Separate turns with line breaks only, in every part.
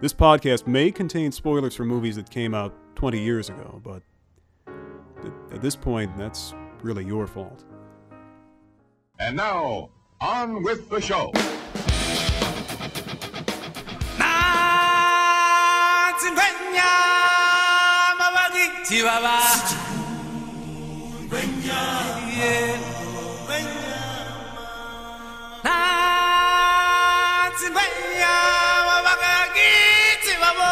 this podcast may contain spoilers for movies that came out 20 years ago, but at- at this point, that's really your fault.
And now, on with the show.
Pennsylvania, Mamadi, Chihuahua. Yeah. Pennsylvania, Mamadi, Chihuahua.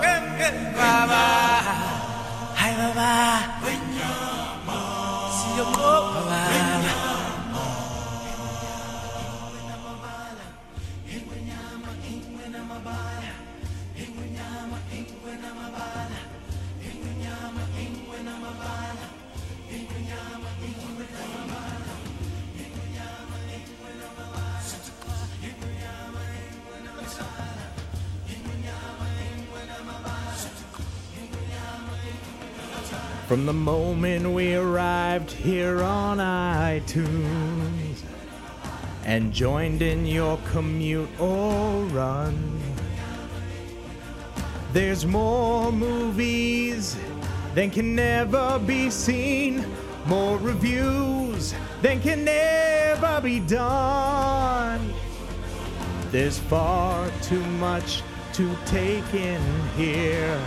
Yeah, yeah, Baba. Hi, Baba. See you, Baba.
From the moment we arrived here on iTunes and joined in your commute or run, there's more movies than can never be seen, more reviews than can never be done. There's far too much to take in here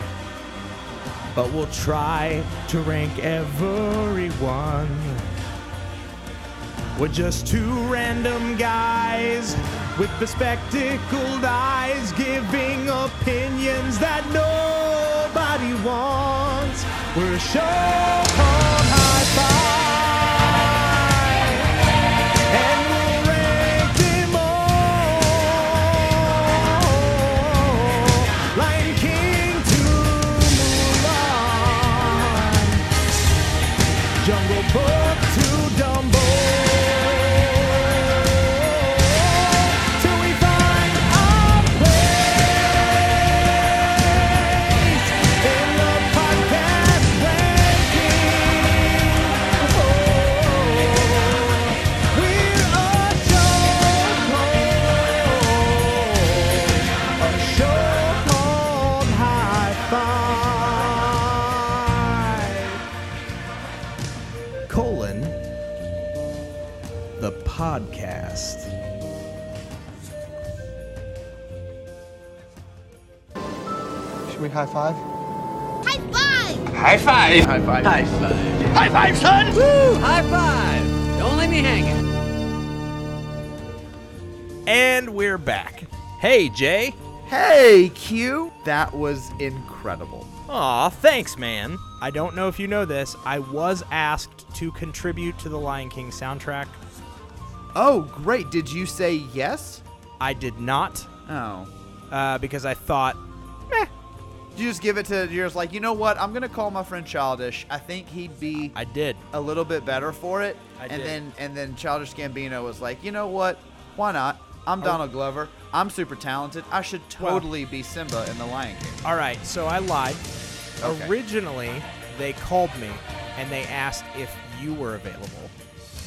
but we'll try to rank everyone. We're just two random guys with bespectacled eyes giving opinions that nobody wants. We're a show called High Five, and we'll rank them all. Lion King to Mulan. Jungle Book to Dumbo. Till we find our place in the podcast ranking. Oh, we're a show called, a show called High Five. Colon, the podcast.
Should we high five?
High five!
And we're back. Hey, Jay.
Hey, Q. That was incredible.
Aw, thanks, man. I don't know if you know this. I was asked to contribute to the Lion King soundtrack.
Oh, great. Did you say yes?
I did not,
Oh.
uh, because I thought
Did you just give it to, you're just like, you know what? I'm going to call my friend Childish. I think he'd be
I did.
a little bit better for it.
I
and
did.
then and then Childish Gambino was like, you know what? Why not? I'm
Oh.
Donald Glover. I'm super talented. I should totally be Simba in The Lion King.
All right, so I lied.
Okay.
Originally, they called me and they asked if you were available.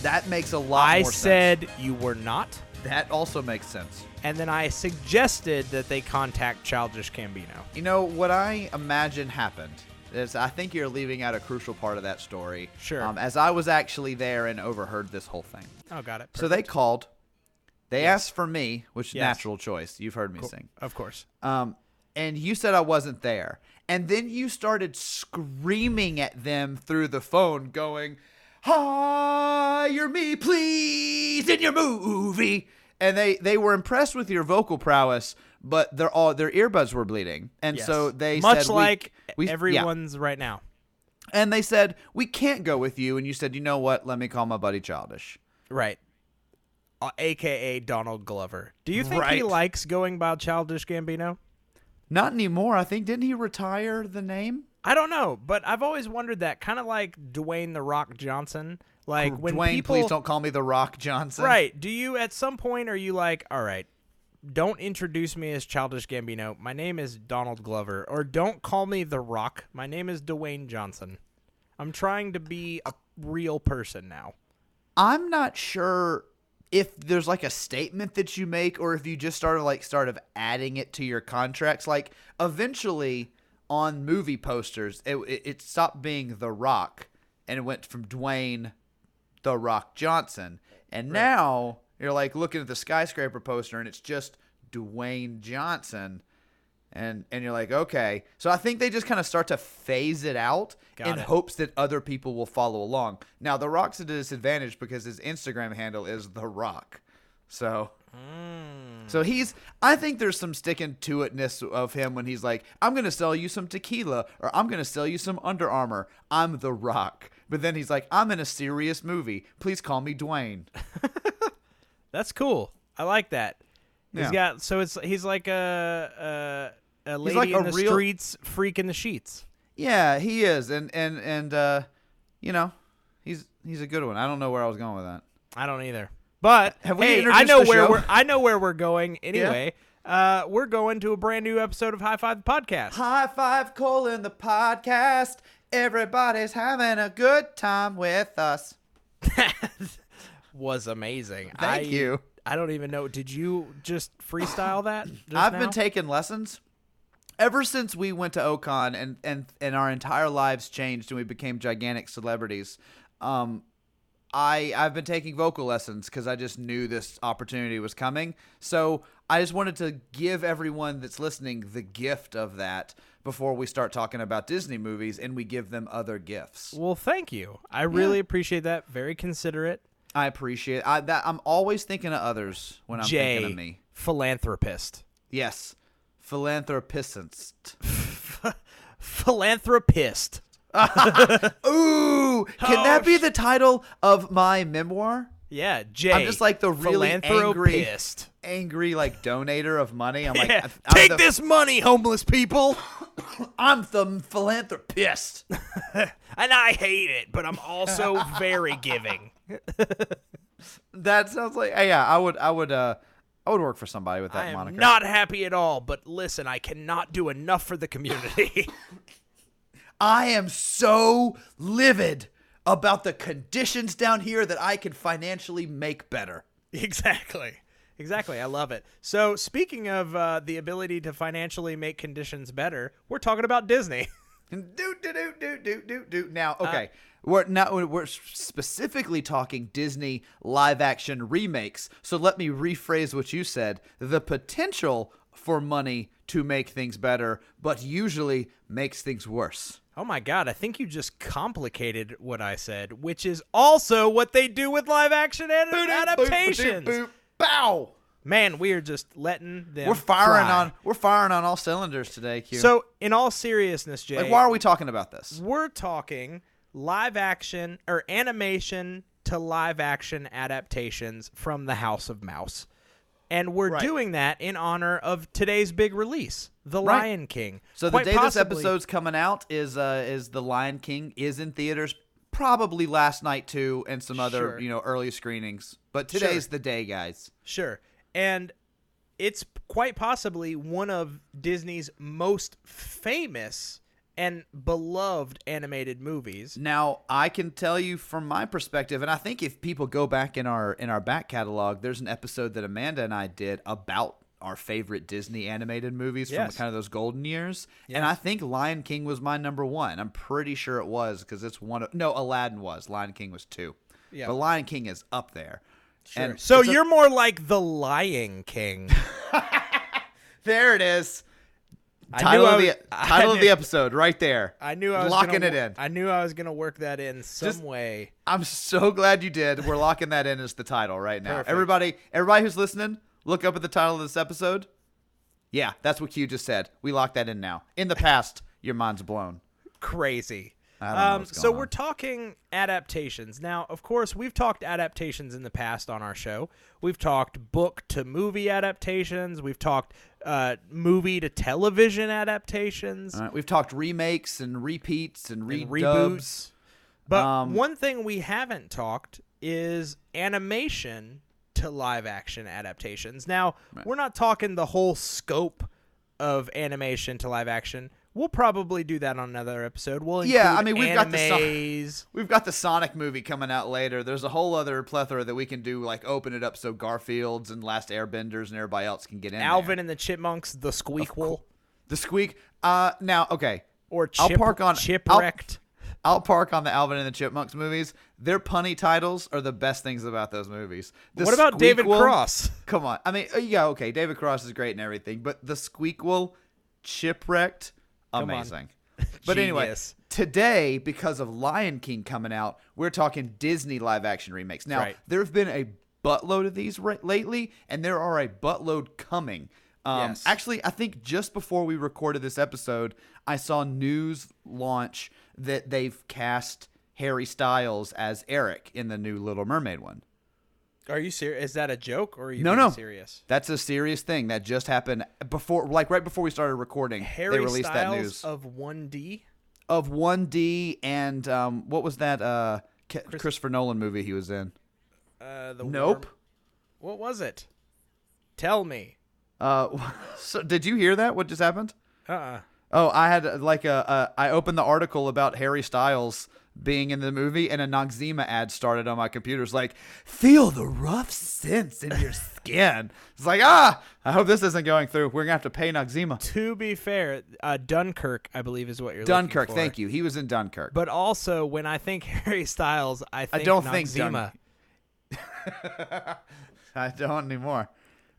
That makes a lot
I
more
said you were not,
sense. That also makes sense.
and then I suggested that they contact Childish Cambino.
You know what I imagine happened is I think you're leaving out a crucial part of that story.
Sure.
Um, as I was actually there and overheard this whole thing.
Oh, got it.
So they called. They asked for me, which is
Yes.
natural choice. You've heard me sing.
of course.
Um, and you said I wasn't there. And then you started screaming at them through the phone, going, Hire me, please, in your movie. And they, they were impressed with your vocal prowess, but their all their earbuds were bleeding. And so they
much
said, "We-
like
we, yeah."
everyone's right now.
And they said, We can't go with you. And you said, You know what? Let me call my buddy Childish.
Right. Uh, AKA Donald Glover. Do you think he
Right.
likes going by Childish Gambino?
Not anymore. I think didn't he retire the name?
I don't know, but I've always wondered that, kind of like Dwayne the Rock Johnson. Like when
Dwayne,
people,
please don't call me The Rock Johnson.
right? Do you at some point are you like, all right, don't introduce me as Childish Gambino. My name is Donald Glover, or don't call me The Rock. My name is Dwayne Johnson. I'm trying to be a real person now.
I'm not sure if there's like a statement that you make or if you just start of like start of adding it to your contracts. Like eventually on movie posters, it, it, it stopped being The Rock and it went from Dwayne The Rock Johnson. And now you're like looking at the skyscraper poster and it's just Dwayne Johnson. And, and you're like okay so i think they just kind of start to phase it out
Got
in
it.
hopes that other people will follow along now the rock's at a disadvantage because his instagram handle is the rock so
Hmm.
so he's i think there's some sticking to itness of him when he's like i'm gonna sell you some tequila or i'm gonna sell you some under armor i'm the rock but then he's like i'm in a serious movie please call me dwayne
That's cool. I like that.
Yeah.
He's got so it's he's like a a, a lady
like
in
a
the
real-
streets, freak in the sheets.
Yeah, he is, and and and uh, you know, he's he's a good one. I don't know where I was going with that.
I don't either. But
Have we
hey, I
introduced
know
the
where
show?
we're I know where we're going anyway. Uh, we're going to a brand new episode of High Five the Podcast.
High five, Cole, in the podcast. Everybody's having a good time with us.
was amazing.
Thank
I-
you.
I don't even know. Did you just freestyle that? just
I've
now?
been taking lessons ever since we went to Ocon and and and our entire lives changed and we became gigantic celebrities. Um, I I've been taking vocal lessons because I just knew this opportunity was coming. So I just wanted to give everyone that's listening the gift of that before we start talking about Disney movies and we give them other gifts.
Well, thank you. I really appreciate that. Very considerate.
I appreciate I, that. I'm always thinking of others when I'm
Jay,
thinking of me.
philanthropist.
Yes, philanthropist.
Philanthropist.
Ooh, can that be the title of my memoir?
Yeah, Jay.
just like the really angry-
philanthropist.
Angry like donator of money. I'm like,
Yeah,
I'm
Take
the,
this money, homeless people.
I'm the philanthropist.
And I hate it, but I'm also very giving.
That sounds like yeah. I would I would uh I would work for somebody with
I
that
am
moniker.
not happy at all, but listen, I cannot do enough for the community.
I am so livid about the conditions down here that I can financially make better.
Exactly. Exactly. I love it. So, speaking of uh, the ability to financially make conditions better, we're talking about Disney.
Do do do do do do
Uh,
do. Now, okay, we're now we're specifically talking Disney live action remakes. So let me rephrase what you said: the potential for money to make things better, but usually makes things worse.
oh my God. I think you just complicated what I said, which is also what they do with live action ad- adaptations.
Boop, boop, bow.
Man, we are just letting them.
We're firing
fly.
on we're firing on all cylinders today, Q.
So, eh, in all seriousness, Jay,
like, why are we talking about this?
we're talking live action or animation to live action adaptations from the House of Mouse. And we're doing that in honor of today's big release, The
Right.
Lion King.
So
Quite
the day
possibly-
this episode's coming out is uh is The Lion King is in theaters probably last night too and some other,
Sure.
you know, early screenings. But today's the day, guys.
Sure. And it's quite possibly one of Disney's most famous and beloved animated movies.
Now, I can tell you from my perspective and I think if people go back in our in our back catalog, there's an episode that Amanda and I did about our favorite Disney animated movies
Yes.
from kind of those golden years. And I think Lion King was my number 1. I'm pretty sure it was cuz it's one of No, Aladdin was. Lion King was 2. Yeah. But Lion King is up there. Sure. And
So
it's a-
you're more like The Lion King.
There it is.
knew
Title,
I
of the,
was- I
title of
knew-
the episode, right there.
I knew I was
locking
gonna,
it in.
I knew I was gonna work that in some
Just-
way.
I'm so glad you did. We're locking that in as the title right now.
Perfect.
Everybody, everybody who's listening, look up at the title of this episode. Yeah, that's what Q just said. We locked that in now. In the past, your mind's blown.
Crazy.
I don't know
um,
what's
so
going
we're
on.
talking adaptations now. Of course, we've talked adaptations in the past on our show. We've talked book to movie adaptations. We've talked uh, movie to television adaptations,
All right, we've talked remakes and repeats and,
and
redubs.
reboots. But
Um,
one thing we haven't talked is animation to live action adaptations. Now, we're not talking the whole scope of animation to live action. We'll probably do that on another episode. We'll
Yeah, I
include
mean, we've got the so-
animes.
We've got the Sonic movie coming out later. There's a whole other plethora that we can do, like open it up so Garfields and Last Airbenders and everybody else can get in.
Alvin
there.
and the Chipmunks, The Squeakquel,
the Squeak. Uh, now okay,
or
I'll
Chip,
park on I'll-
Chipwrecked.
I'll park on the Alvin and the Chipmunks movies. Their punny titles are the best things about those movies. The
What about David
Squeakquel-
Cross?
Come on. I mean, uh, yeah, okay. David Cross is great and everything, but the Squeakquel, Chipwrecked, amazing. But anyway,
Genius.
today because of Lion King coming out, we're talking Disney live action remakes. Now
Right.
there have been a buttload of these ri- lately, and there are a buttload coming. Um,
Yes.
Actually, I think just before we recorded this episode, I saw news launch that they've cast Harry Styles as Eric in the new Little Mermaid one.
Are you serious? Is that a joke or are you
No,
being
no.
serious?
That's a serious thing that just happened before, like right before we started recording.
Harry
they released
Styles
that news
of 1D.
of 1D and um, what was that uh, Ca- Christopher Nolan movie he was in?
Uh, the
Nope.
worm- What was it? Tell me.
Uh, so did you hear that? What just happened?
Uh-uh.
Oh, I had uh, like a, a I opened the article about Harry Styles being in the movie, and a Noxzema ad started on my computer. It's like, feel the rough sense in your skin. it's like, ah, I hope this isn't going through. We're gonna have to pay Noxzema.
To be fair, uh, Dunkirk, I believe, is what you're
Dunkirk,
looking for.
thank you. He was in Dunkirk.
But also, when I think Harry Styles, I think
don't
Noxzema.
think Dunk- I don't anymore.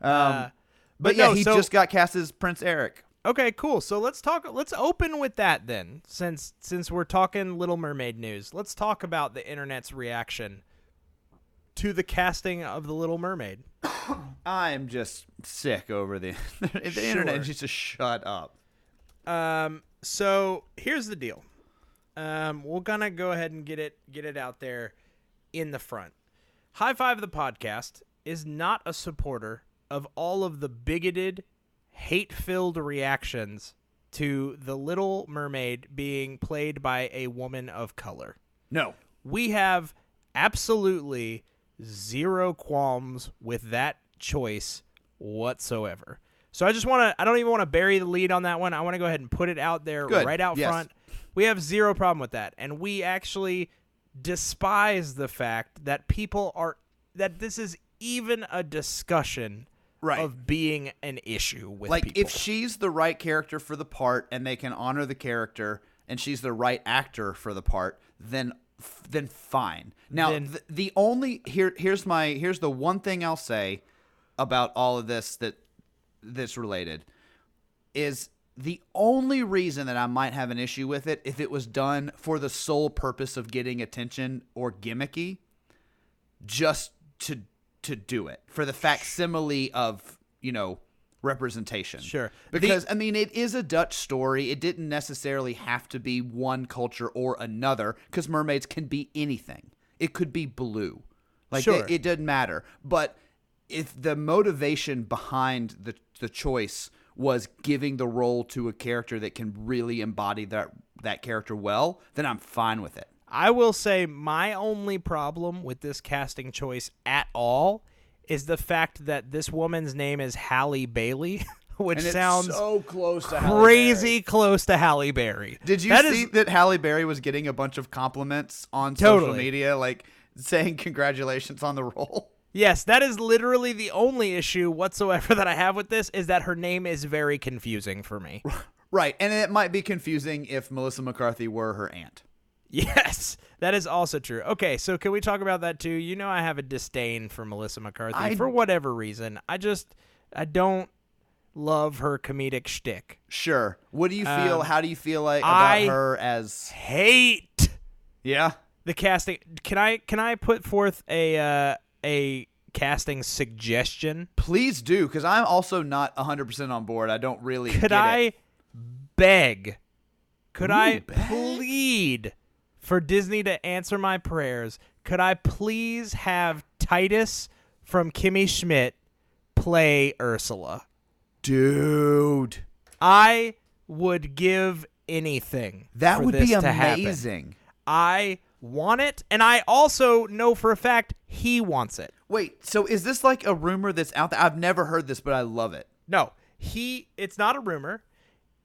Um, but,
but
yeah,
no,
he
so-
just got cast as Prince Eric.
Okay, cool. So let's talk. Let's open with that then, since since we're talking Little Mermaid news. Let's talk about the internet's reaction to the casting of the Little Mermaid.
I'm just sick over the the internet. Just to shut up.
Um, so here's the deal. Um, we're gonna go ahead and get it get it out there in the front. High Five the podcast is not a supporter of all of the bigoted, hate-filled reactions to the Little Mermaid being played by a woman of color.
No,
We have absolutely zero qualms with that choice whatsoever. So I just want to I don't even want to bury the lead on that one. I want to go ahead and put it out there
Good.
right out
Yes.
front. We have zero problem with that. And we actually despise the fact that people are that this is even a discussion
Right.
of being an issue with
like
people.
if she's the right character for the part, and they can honor the character, and she's the right actor for the part, then then fine. Now
Then-
th- the only here here's my here's the one thing I'll say about all of this that that's related is the only reason that I might have an issue with it if it was done for the sole purpose of getting attention or gimmicky, just to to do it for the facsimile of you know representation.
Sure. The-
because I mean it is a Dutch story. It didn't necessarily have to be one culture or another because mermaids can be anything. It could be blue, like
Sure.
it, it doesn't matter. But if the motivation behind the the choice was giving the role to a character that can really embody that that character well, then I'm fine with it.
I will say my only problem with this casting choice at all is the fact that this woman's name is Halle Bailey, which sounds
close to
crazy close to Halle Berry.
Did you
That is-
see that Halle Berry was getting a bunch of compliments on social
Totally.
media, like saying congratulations on the role?
yes, that is literally the only issue whatsoever that I have with this is that her name is very confusing for me.
Right, and it might be confusing if Melissa McCarthy were her aunt.
yes, that is also true. Okay, so can we talk about that too? You know, I have a disdain for Melissa McCarthy
I-
for whatever reason. I just I don't love her comedic shtick.
Sure. What do you feel?
Um,
how do you feel like about
I-
her as?
hate
Yeah.
the casting. Can I can I put forth a uh, a casting suggestion?
Please do, because I'm also not 100% on board. I don't really.
Could
get
I
It.
beg? Could I plead for Disney to answer my prayers? Could I please have Titus from Kimmy Schmidt play Ursula?
Dude,
I would give anything.
that
for
would
this
be
to happen.
amazing.
I want it, and I also know for a fact he wants it.
Wait, so is this like a rumor that's out there? I've never heard this, but I love it.
No, he. It's not a rumor.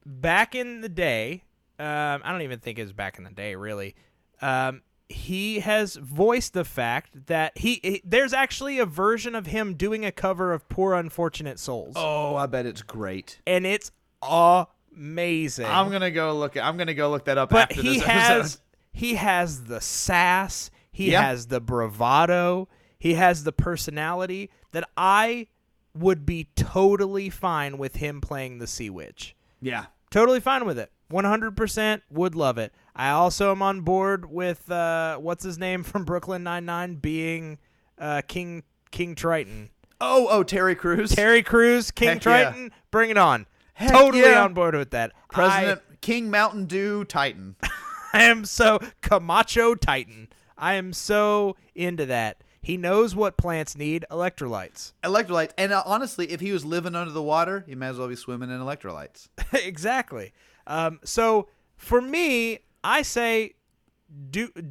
Back in the day, um, I don't even think it was back in the day, really. Um, he has voiced the fact that he, he- there's actually a version of him doing a cover of "Poor Unfortunate Souls,"
Oh, I bet it's great.
and it's amazing.
I'm gonna go look. I'm gonna go look that up.
but
after
he
this
has
episode.
he has the sass he
Yeah.
has the bravado he has the personality that i would be totally fine with him playing the sea witch
Yeah.
totally fine with it 100% would love it i also am on board with uh, what's his name from brooklyn 99 being uh, king king triton
Oh, oh, Terry Crews.
terry crews king
Heck yeah.
triton bring it on
Heck
totally
yeah.
on board with that I-
President King Mountain Dew Titan.
I am so Camacho Titan. I am so into that. He knows what plants need electrolytes.
electrolytes. And uh, honestly, if he was living under the water, he might as well be swimming in electrolytes.
exactly. Um, so for me, I say do d-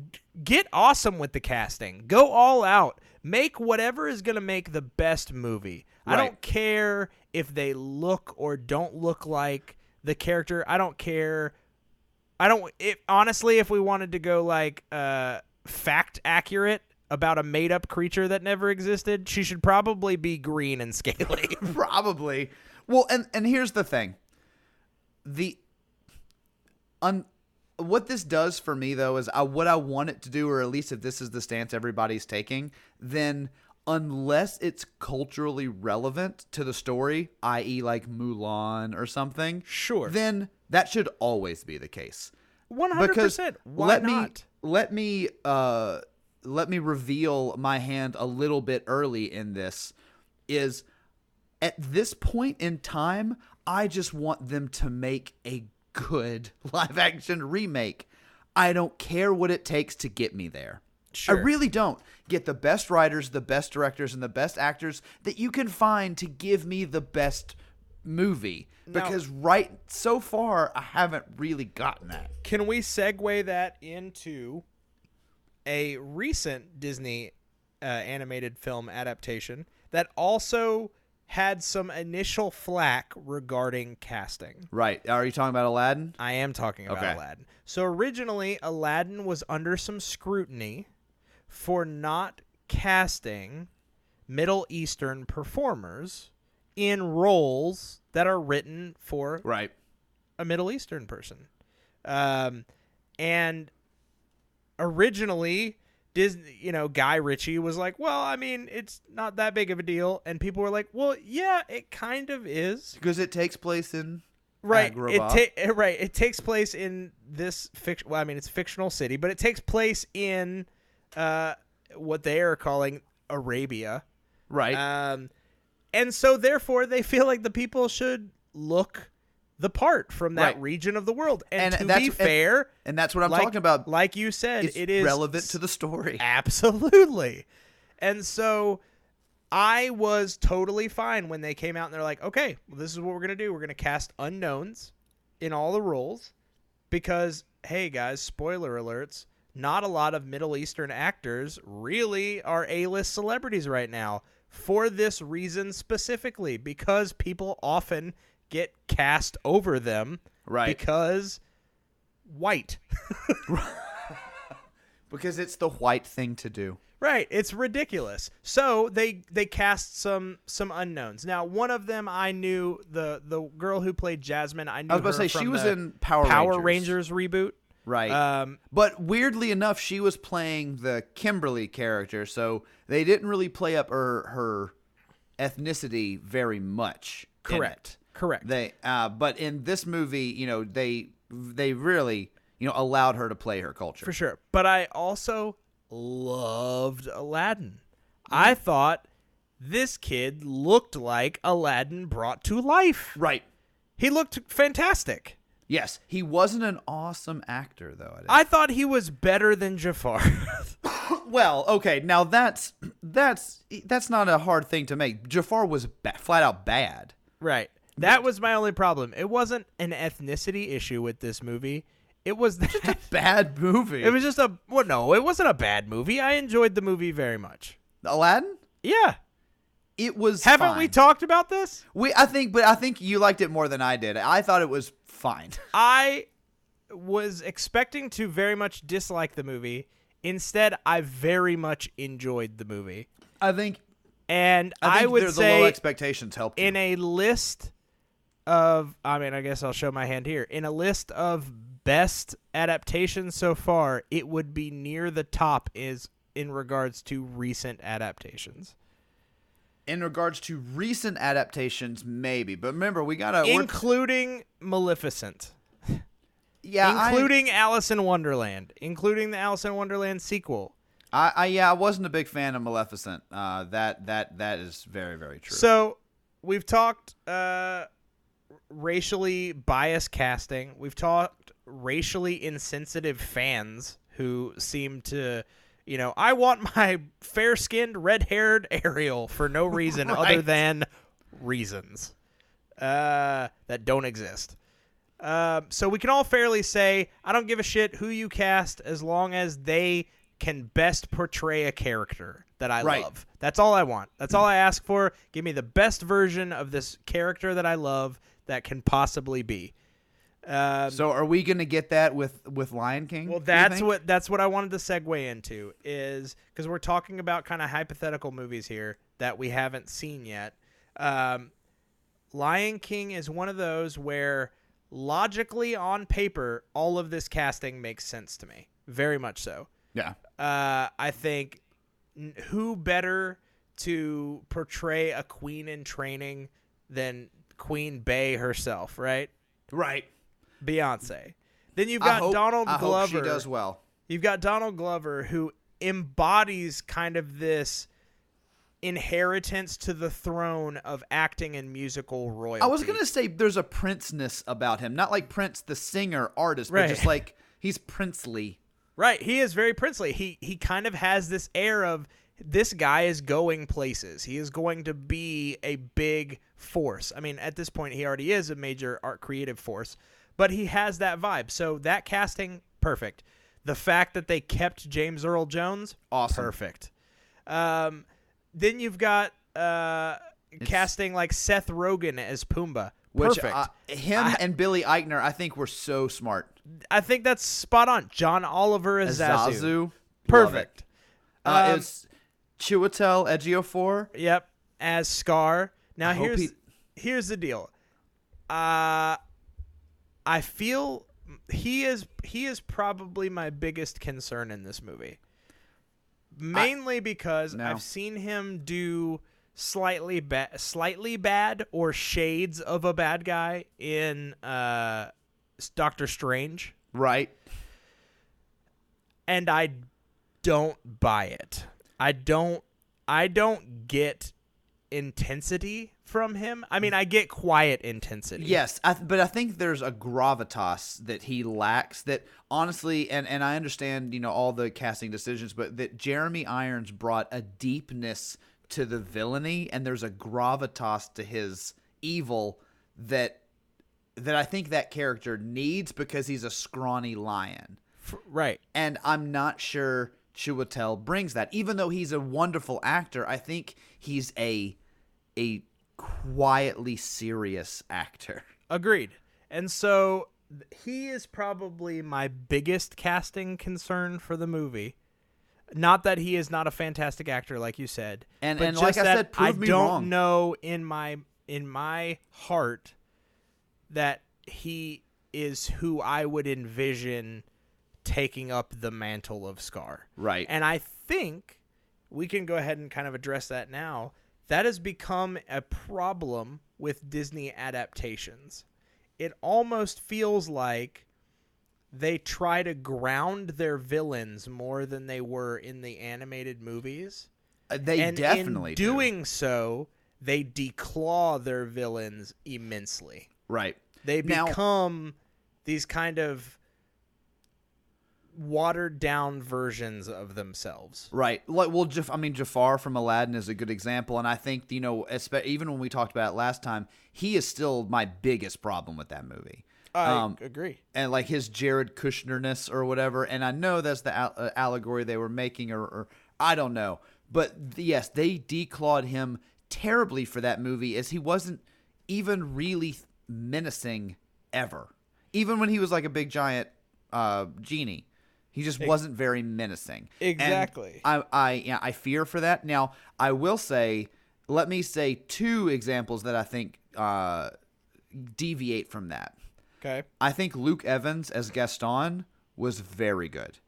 get awesome with the casting. Go all out. Make whatever is going to make the best movie. I
Right.
don't care if they look or don't look like the character. I don't care. I don't. If honestly, if we wanted to go like uh, fact accurate about a made up creature that never existed, she should probably be green and scaly.
Probably. Well, and and here's the thing. The un what this does for me though is I, what I want it to do, or at least if this is the stance everybody's taking, then unless it's culturally relevant to the story, i.e., like Mulan or something,
Sure.
then that should always be the case.
One hundred
because
percent. Why
let
not?
me let me uh let me reveal my hand a little bit early in this is at this point in time i just want them to make a good live action remake i don't care what it takes to get me there I
Sure.
really don't get the best writers, the best directors, and the best actors that you can find to give me the best movie. Because right so far, I haven't really gotten that.
Can we segue that into a recent Disney uh, animated film adaptation that also had some initial flack regarding casting?
Right. Are you talking about Aladdin?
I am talking about
Okay.
Aladdin. So originally, Aladdin was under some scrutiny for not casting Middle Eastern performers in roles that are written for
Right.
a Middle Eastern person. Um, and originally, Disney, you know, Guy Ritchie was like, well, I mean, it's not that big of a deal. And people were like, well, yeah, it kind of is.
Because it takes place in
Right.
Agrabah.
It ta- eh, right. It takes place in this fiction. Well, I mean, it's a fictional city, but it takes place in uh, what they are calling Arabia.
right.
Um, and so therefore they feel like the people should look the part from that
Right.
region of the world. And,
And
to
that's-
be
and-
fair,
and that's what I'm
like,
talking about.
Like you said,
it's
it is
relevant to the story.
Absolutely. And so I was totally fine when they came out and they're like, okay, well, this is what we're going to do. We're going to cast unknowns in all the roles because, hey, guys, spoiler alerts, not a lot of Middle Eastern actors really are A list celebrities right now for this reason specifically because people often get cast over them
Right.
because white.
Because it's the white thing to do.
Right, it's ridiculous. So they they cast some some unknowns. Now, one of them I knew the the girl who played Jasmine. I knew.
I was about
her
to say she
from
was
the
in Power
Rangers,
Rangers.
reboot.
Right.
Um,
but weirdly enough, she was playing the Kimberly character, so they didn't really play up her her ethnicity very much. in
Correct.
it.
Correct.
They uh but in this movie, you know, they they really, you know, allowed her to play her culture.
for sure. But I also loved Aladdin. I thought this kid looked like Aladdin brought to life.
Right.
He looked fantastic.
Yes, he wasn't an awesome actor though. I,
I thought he was better than Jafar.
well, okay, now that's that's that's not a hard thing to make. Jafar was ba- flat out bad.
Right. That was my only problem. It wasn't an ethnicity issue with this movie. It was that
Bad movie.
it was just a well, no, it wasn't a bad movie. I enjoyed the movie very much.
Aladdin.
Yeah.
It was.
Haven't we
fine.
talked about this?
We, I think, but I think you liked it more than I did. I thought it was fine.
I was expecting to very much dislike the movie. Instead, I very much enjoyed the movie.
I think.
And
I,
I,
think
would
the
say
low expectations helped.
in
you.
a list of I mean, I guess I'll show my hand here. In a list of best adaptations so far, it would be near the top is in regards to recent adaptations.
in regards to recent adaptations, maybe. But remember, we gotta. we're-
Including Maleficent.
yeah, I-
including Alice in Wonderland. Including the Alice in Wonderland sequel.
I, I yeah, I wasn't a big fan of Maleficent. Uh, that that that is very very true.
So we've talked uh, racially biased casting. We've talked racially insensitive fans who seem to, you know, I want my fair skinned, red haired Ariel for no reason other
Right.
than reasons uh, that don't exist. Um, so we can all fairly say, I don't give a shit who you cast as long as they can best portray a character that I
Right.
love. That's all I want. That's all I ask for. Give me the best version of this character that I love that can possibly be. Um,
So are we gonna get that with with Lion King?
well,
you
that's
think?
what that's what I wanted to segue into is because we're talking about kind of hypothetical movies here that we haven't seen yet. Um, Lion King is one of those where logically on paper, all of this casting makes sense to me, very much so.
Yeah.
Uh, I think n- who better to portray a queen in training than Queen Bey herself, right?
Right.
Beyonce. Then you've
I
got
hope,
Donald
I hope
Glover.
she does well.
You've got Donald Glover who embodies kind of this inheritance to the throne of acting and musical royalty.
I was gonna say there's a princeness about him, not like Prince the singer artist,
Right.
but just like he's princely.
Right, he is very princely. He he kind of has this air of this guy is going places. He is going to be a big force. I mean, at this point he already is a major art creative force, but he has that vibe. So that casting perfect. The fact that they kept James Earl Jones
Awesome.
perfect. Um then you've got uh casting like Seth Rogen as Pumbaa.
Which
perfect.
uh, him and Billy Eichner, I think, were so smart.
I think that's spot on. John Oliver as Zazu.
Zazu,
Perfect. Um,
Love it. Uh, it's Chiwetel Ejiofor.
Yep, as Scar. Now
hope
here's
he-
here's the deal. Uh I feel he is he is probably my biggest concern in this movie. Mainly because
No.
I've seen him do slightly bad slightly bad or shades of a bad guy in uh Doctor Strange
Right.
and I don't buy it. I don't I don't get intensity from him. I mean, I get quiet intensity.
Yes, I th- but I think there's a gravitas that he lacks that honestly, and, and I understand, you know, all the casting decisions, but that Jeremy Irons brought a deepness to the villainy and there's a gravitas to his evil that that I think that character needs because he's a scrawny lion.
F- right.
And I'm not sure Chiwetel brings that. Even though he's a wonderful actor, I think he's a a quietly serious actor.
Agreed. And so th- he is probably my biggest casting concern for the movie. Not that he is not a fantastic actor, like you said,
And-
but
and like
just
I
that
said, prove
I
me
don't
wrong.
know in my in my heart that he is who I would envision taking up the mantle of Scar.
Right.
And I think we can go ahead and kind of address that now. That has become a problem with Disney adaptations. It almost feels like they try to ground their villains more than they were in the animated movies.
Uh, They
and
definitely
in
do.
doing so, they declaw their villains immensely
right.
they
Now-
become these kind of watered down versions of themselves.
Right. Like, well, Jaf- I mean, Jafar from Aladdin is a good example, and I think you know, espe- even when we talked about it last time, he is still my biggest problem with that movie.
I
Um,
agree.
and like his Jared Kushnerness or whatever. And I know that's the al- uh, allegory they were making, or, or I don't know. But th- yes, they declawed him terribly for that movie, as he wasn't even really menacing ever. Even when he was like a big giant uh, genie, he just wasn't very menacing. And
Exactly.
I, I, yeah, I fear for that. Now, I will say, let me say two examples that I think uh, deviate from that.
Okay,
I think Luke Evans as Gaston was very good.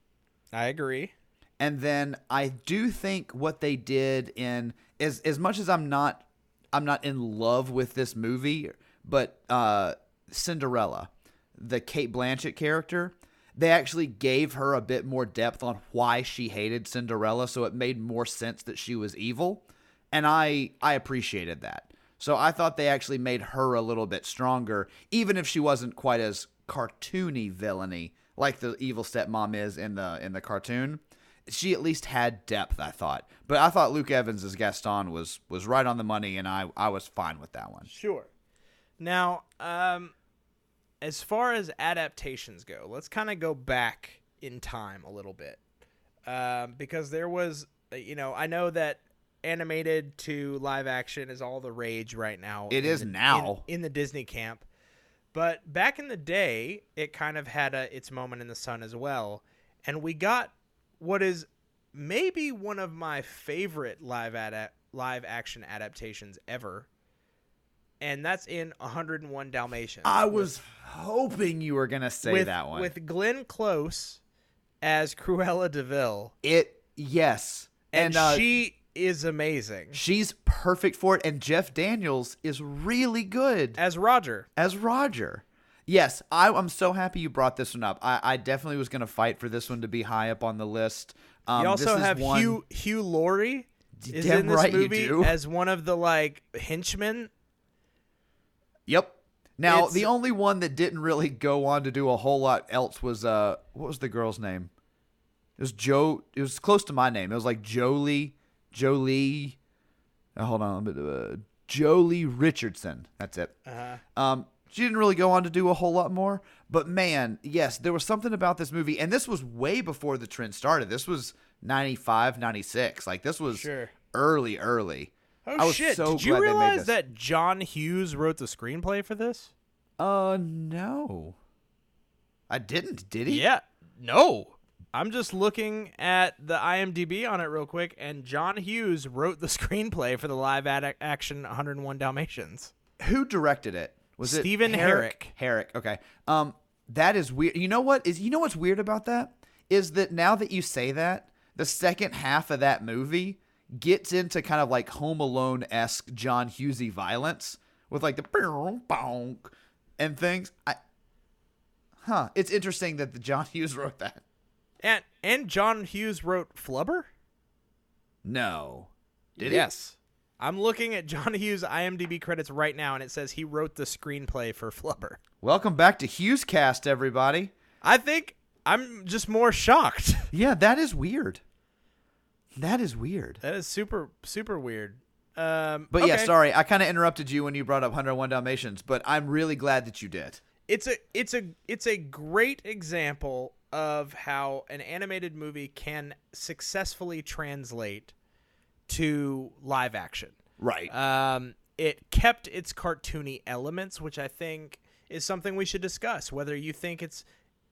I agree.
And then I do think what they did in as as much as I'm not I'm not in love with this movie, but uh Cinderella, the Kate Blanchett character, they actually gave her a bit more depth on why she hated Cinderella, so it made more sense that she was evil. And I I appreciated that. So I thought they actually made her a little bit stronger, even if she wasn't quite as cartoony villainy like the evil stepmom is in the in the cartoon. She at least had depth, I thought. But I thought Luke Evans as Gaston was was right on the money, and I I was fine with that one.
Sure. Now, um, as far as adaptations go, let's kind of go back in time a little bit, um, because there was, uh, you know, I know that animated to live action is all the rage right now.
It
in
is
the- in-
now.
in, the Disney camp, but back in the day, it kind of had a, its moment in the sun as well, and we got what is maybe one of my favorite live ad- live action adaptations ever and that's in 101 Dalmatians.
I was hoping you were gonna say
with,
that one.
with Glenn Close as Cruella Deville,
it yes,
and,
and, uh,
she is amazing
she's perfect for it, and Jeff Daniels is really good.
as Roger.
as Roger. Yes, I, I'm so happy you brought this one up. I, I definitely was going to fight for this one to be high up on the list. Um,
you
this
also
is
have
one,
Hugh Hugh Laurie is
damn
in this
right you
movie
do.
as one of the like henchmen.
Yep. Now,
It's-
the only one that didn't really go on to do a whole lot else was uh, what was the girl's name? It was Joe. It was close to my name. It was like Jolie, Jolie. uh, hold on, but, uh, Jolie Richardson. That's it.
Uh-huh.
Um, she didn't really go on to do a whole lot more. But man, yes, there was something about this movie, and this was way before the trend started. This was 95, 96. Like this was
Sure.
early, early.
Oh
I was
shit!
so
Did you
glad they made
realize
this.
that John Hughes wrote the screenplay for this?
Uh, no. I didn't, did he?
Yeah. No. I'm just looking at the IMDb on it real quick, and John Hughes wrote the screenplay for the live ad- action 101 Dalmatians.
Who directed it? Was it
Stephen
Herrick? Herrick. Okay. Um, that is weird. You know what is? You know what's weird about that is that now that you say that, the second half of that movie gets into kind of like Home Alone esque John Hughesy violence with like the boom, bonk and things. I, huh? It's interesting that the John Hughes wrote that.
And and John Hughes wrote Flubber?
No. Did he?
yes. I'm looking at John Hughes' IMDb credits right now, and it says he wrote the screenplay for Flubber.
Welcome back to Hughes Cast, everybody.
I think I'm just more shocked.
Yeah, that is weird. That is weird.
that is super, super weird. Um,
But yeah,
okay.
sorry, I kind of interrupted you when you brought up 101 Dalmatians, but I'm really glad that you did.
it's a it's a it's a great example of how an animated movie can successfully translate to live action.
Right.
Um, it kept its cartoony elements, which I think is something we should discuss. Whether you think it's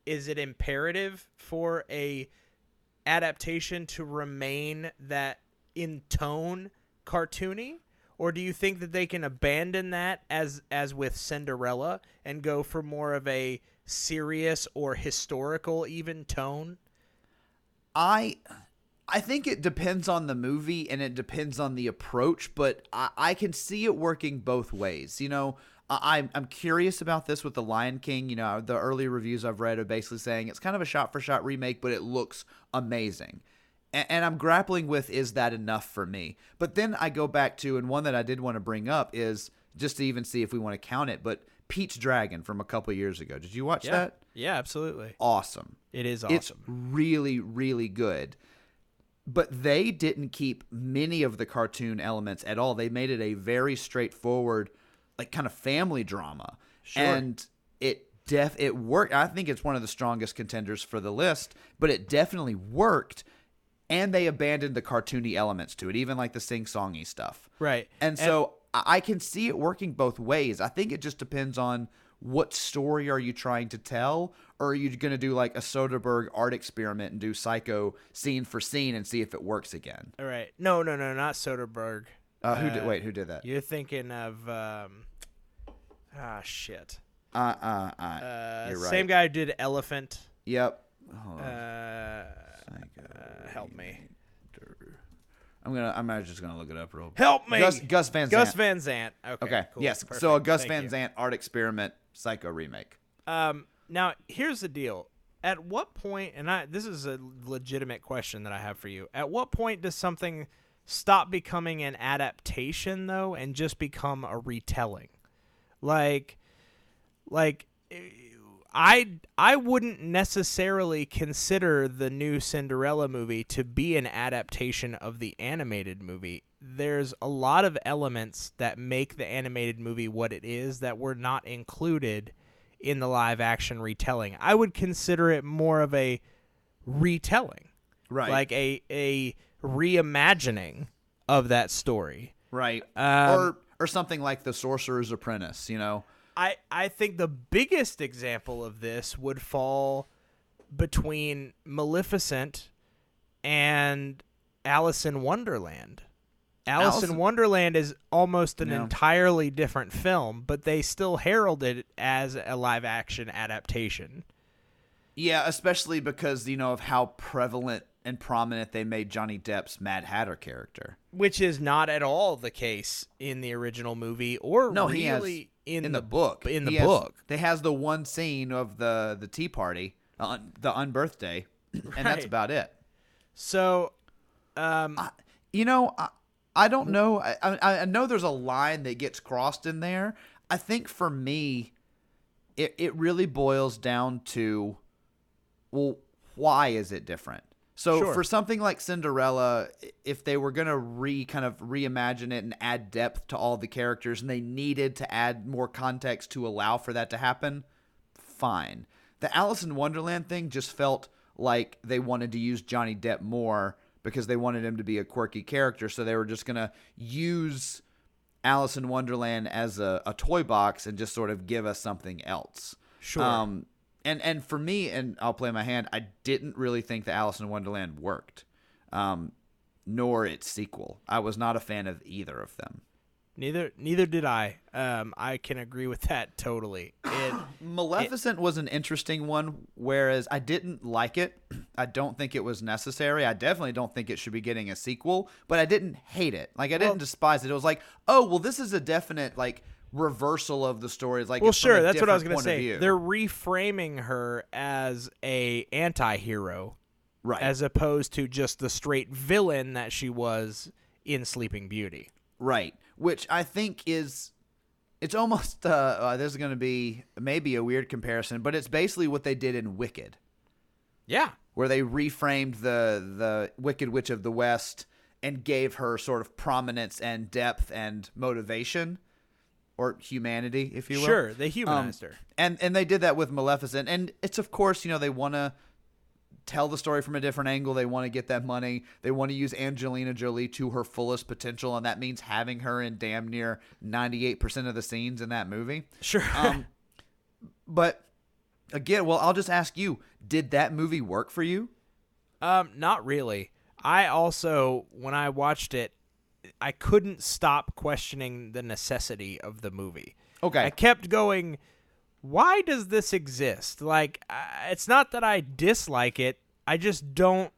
is it imperative for a adaptation to remain that in tone cartoony, or do you think that they can abandon that as as with Cinderella and go for more of a serious or historical even tone?
I I think it depends on the movie and it depends on the approach, but I, I can see it working both ways. You know, I, I'm I'm curious about this with the Lion King. You know, uh, the early reviews I've read are basically saying it's kind of a shot for shot remake, but it looks amazing. And, and I'm grappling with is that enough for me? But then I go back to and one that I did want to bring up is just to even see if we want to count it, but Pete's Dragon from a couple years ago. Did you watch
Yeah.
that?
Yeah, absolutely.
Awesome.
It is awesome.
It's really, really good. But they didn't keep many of the cartoon elements at all. They made it a very straightforward, like kind of family drama. And it def it worked. I think it's one of the strongest contenders for the list, but it definitely worked. And they abandoned the cartoony elements to it, even like the sing songy stuff.
Right.
And so I I can see it working both ways. I think it just depends on what story are you trying to tell, or are you going to do like a Soderbergh art experiment and do Psycho scene for scene and see if it works again?
All right. No, no, no, not Soderbergh.
Uh, who did? Wait, who did that?
You're thinking of um ah shit.
Uh, uh, uh,
Uh,
You're right.
Same guy who did Elephant.
Yep. Hold on.
Uh, uh, help me.
I'm gonna. I'm not just gonna look it up real.
Help me.
Gus, Gus Van.
Gus
Sant.
Van Zant. Okay.
Okay.
cool,
yes. So a
perfect,
Gus
thank
Van
you.
Zant art experiment Psycho remake.
Um, now here's the deal. At what point, and I this is a legitimate question that I have for you. At what point does something stop becoming an adaptation though, and just become a retelling? Like, like eh, I I wouldn't necessarily consider the new Cinderella movie to be an adaptation of the animated movie. There's a lot of elements that make the animated movie what it is that were not included in the live action retelling. I would consider it more of a retelling.
Right.
Like a a reimagining of that story.
Right.
Um,
or or something like The Sorcerer's Apprentice. You know.
I I think the biggest example of this would fall between Maleficent and Alice in Wonderland. Alice,
Alice
in
in-
Wonderland is almost an
Yeah.
entirely different film, but they still heralded it as a live action adaptation.
Yeah, especially because you know of how prevalent and prominent they made Johnny Depp's Mad Hatter character.
Which is not at all the case in the original movie or
No,
really
he has
in,
the, book.
In the
He has-
book.
they has the one scene of the the tea party, the un, the unbirthday, and that's
Right.
about it.
So
You know, I, I don't know. I, I I know there's a line that gets crossed in there. I think for me, it it really boils down to, well, why is it different? So
Sure.
for something like Cinderella, i- if they were gonna re kind of reimagine it and add depth to all the characters, and they needed to add more context to allow for that to happen, fine. The Alice in Wonderland thing just felt like they wanted to use Johnny Depp more because they wanted him to be a quirky character, so they were just gonna use Alice in Wonderland as a, a toy box and just sort of give us something else.
Sure.
Um, and and for me, and I'll play my hand. I didn't really think the Alice in Wonderland worked, um, nor its sequel. I was not a fan of either of them.
neither neither did I. Um, I can agree with that totally. It
Maleficent was an interesting one, whereas I didn't like it. I don't think it was necessary. I definitely don't think it should be getting a sequel, but I didn't hate it. Like I didn't despise it. It was like, oh well, this is a definite like reversal of the story. It's like
well
it's from a
sure that's what i was going
different
to
point of
say
view.
they're reframing her as a anti-hero
right.
as opposed to just the straight villain that she was in sleeping beauty
Right. Which I think is it's almost uh, uh this is going to be maybe a weird comparison, but it's basically what they did in Wicked,
yeah
where they reframed the the Wicked Witch of the West and gave her sort of prominence and depth and motivation or humanity, if you will.
sure they humanized her
And and they did that with Maleficent, and it's of course you know they want to tell the story from a different angle. They want to get that money. They want to use Angelina Jolie to her fullest potential, and that means having her in damn near ninety eight percent of the scenes in that movie.
sure
Um, but again, well, I'll just ask you: Did that movie work for you?
Um, not really. I also, when I watched it, I couldn't stop questioning the necessity of the movie.
Okay.
I kept going, why does this exist? Like, I it's not that I dislike it. I just don't.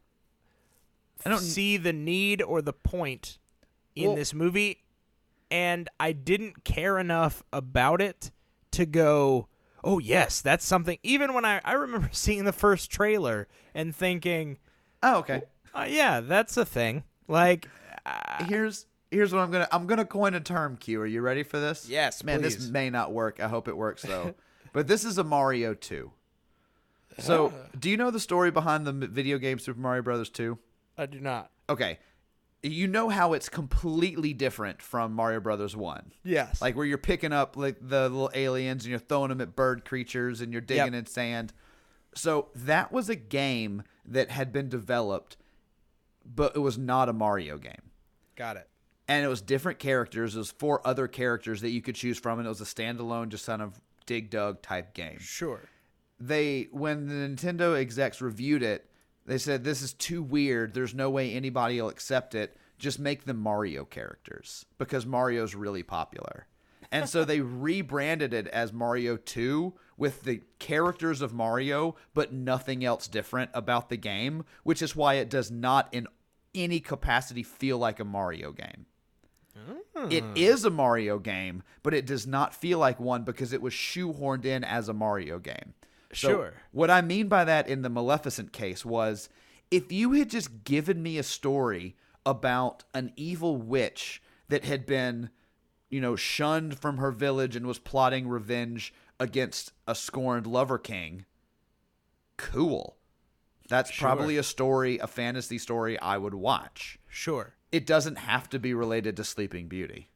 I
don't-
see the need or the point in
Well-
this movie, and I didn't care enough about it to go, oh yes, that's something. Even when I I remember seeing the first trailer and thinking,
Oh, okay.
uh, yeah, that's a thing. Like,
Here's here's what I'm gonna I'm gonna coin a term. Q, are you ready for this?
Yes,
man. This
please.
may not work. I hope it works though. but this is a Mario two. So, do you know the story behind the m- video game Super Mario Brothers two?
I do not.
Okay, you know how it's completely different from Mario Brothers one.
Yes.
Like where you're picking up like the little aliens and you're throwing them at bird creatures and you're digging
Yep.
in sand. So that was a game that had been developed, but it was not a Mario game.
got it.
And it was different characters. It was four other characters that you could choose from, and it was a standalone, just kind of dig dug type game
Sure.
they when the Nintendo execs reviewed it, they said this is too weird. There's no way anybody will accept it. Just make them Mario characters because Mario's really popular. And so they rebranded it as Mario 2 with the characters of Mario, but nothing else different about the game, which is why it does not in any capacity feel like a Mario game. It is a Mario game, but it does not feel like one because it was shoehorned in as a Mario game. So
Sure.
What I mean by that in the Maleficent case was if you had just given me a story about an evil witch that had been, you know, shunned from her village and was plotting revenge against a scorned lover king, cool. That's probably a story, a fantasy story I would watch.
Sure.
It doesn't have to be related to Sleeping Beauty.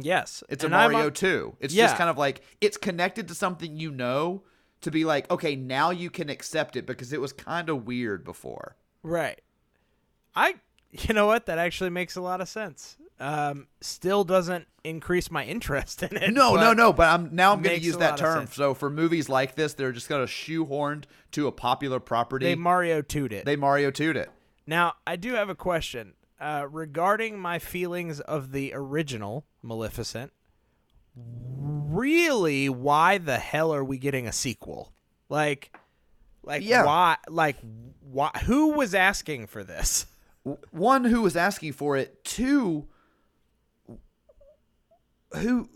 Yes.
It's a
And I'm
Mario
on-
2. It's
Yeah.
just kind of like it's connected to something you know to be like, okay, now you can accept it because it was kind of weird before.
Right. I you know what? That actually makes a lot of sense. Um still doesn't increase my interest in it.
No, no,
but-
no, but I'm now I'm going
makes
to
a
use that
lot of
term.
sense.
So for movies like this, they're just kind of shoehorned to a popular property.
They Mario 2'd it.
they Mario 2'd it.
Now, I do have a question uh, regarding my feelings of the original Maleficent. Really, why the hell are we getting a sequel? Like, like
Yeah.
why? Like, why? Who was asking for this?
one who was asking for it two who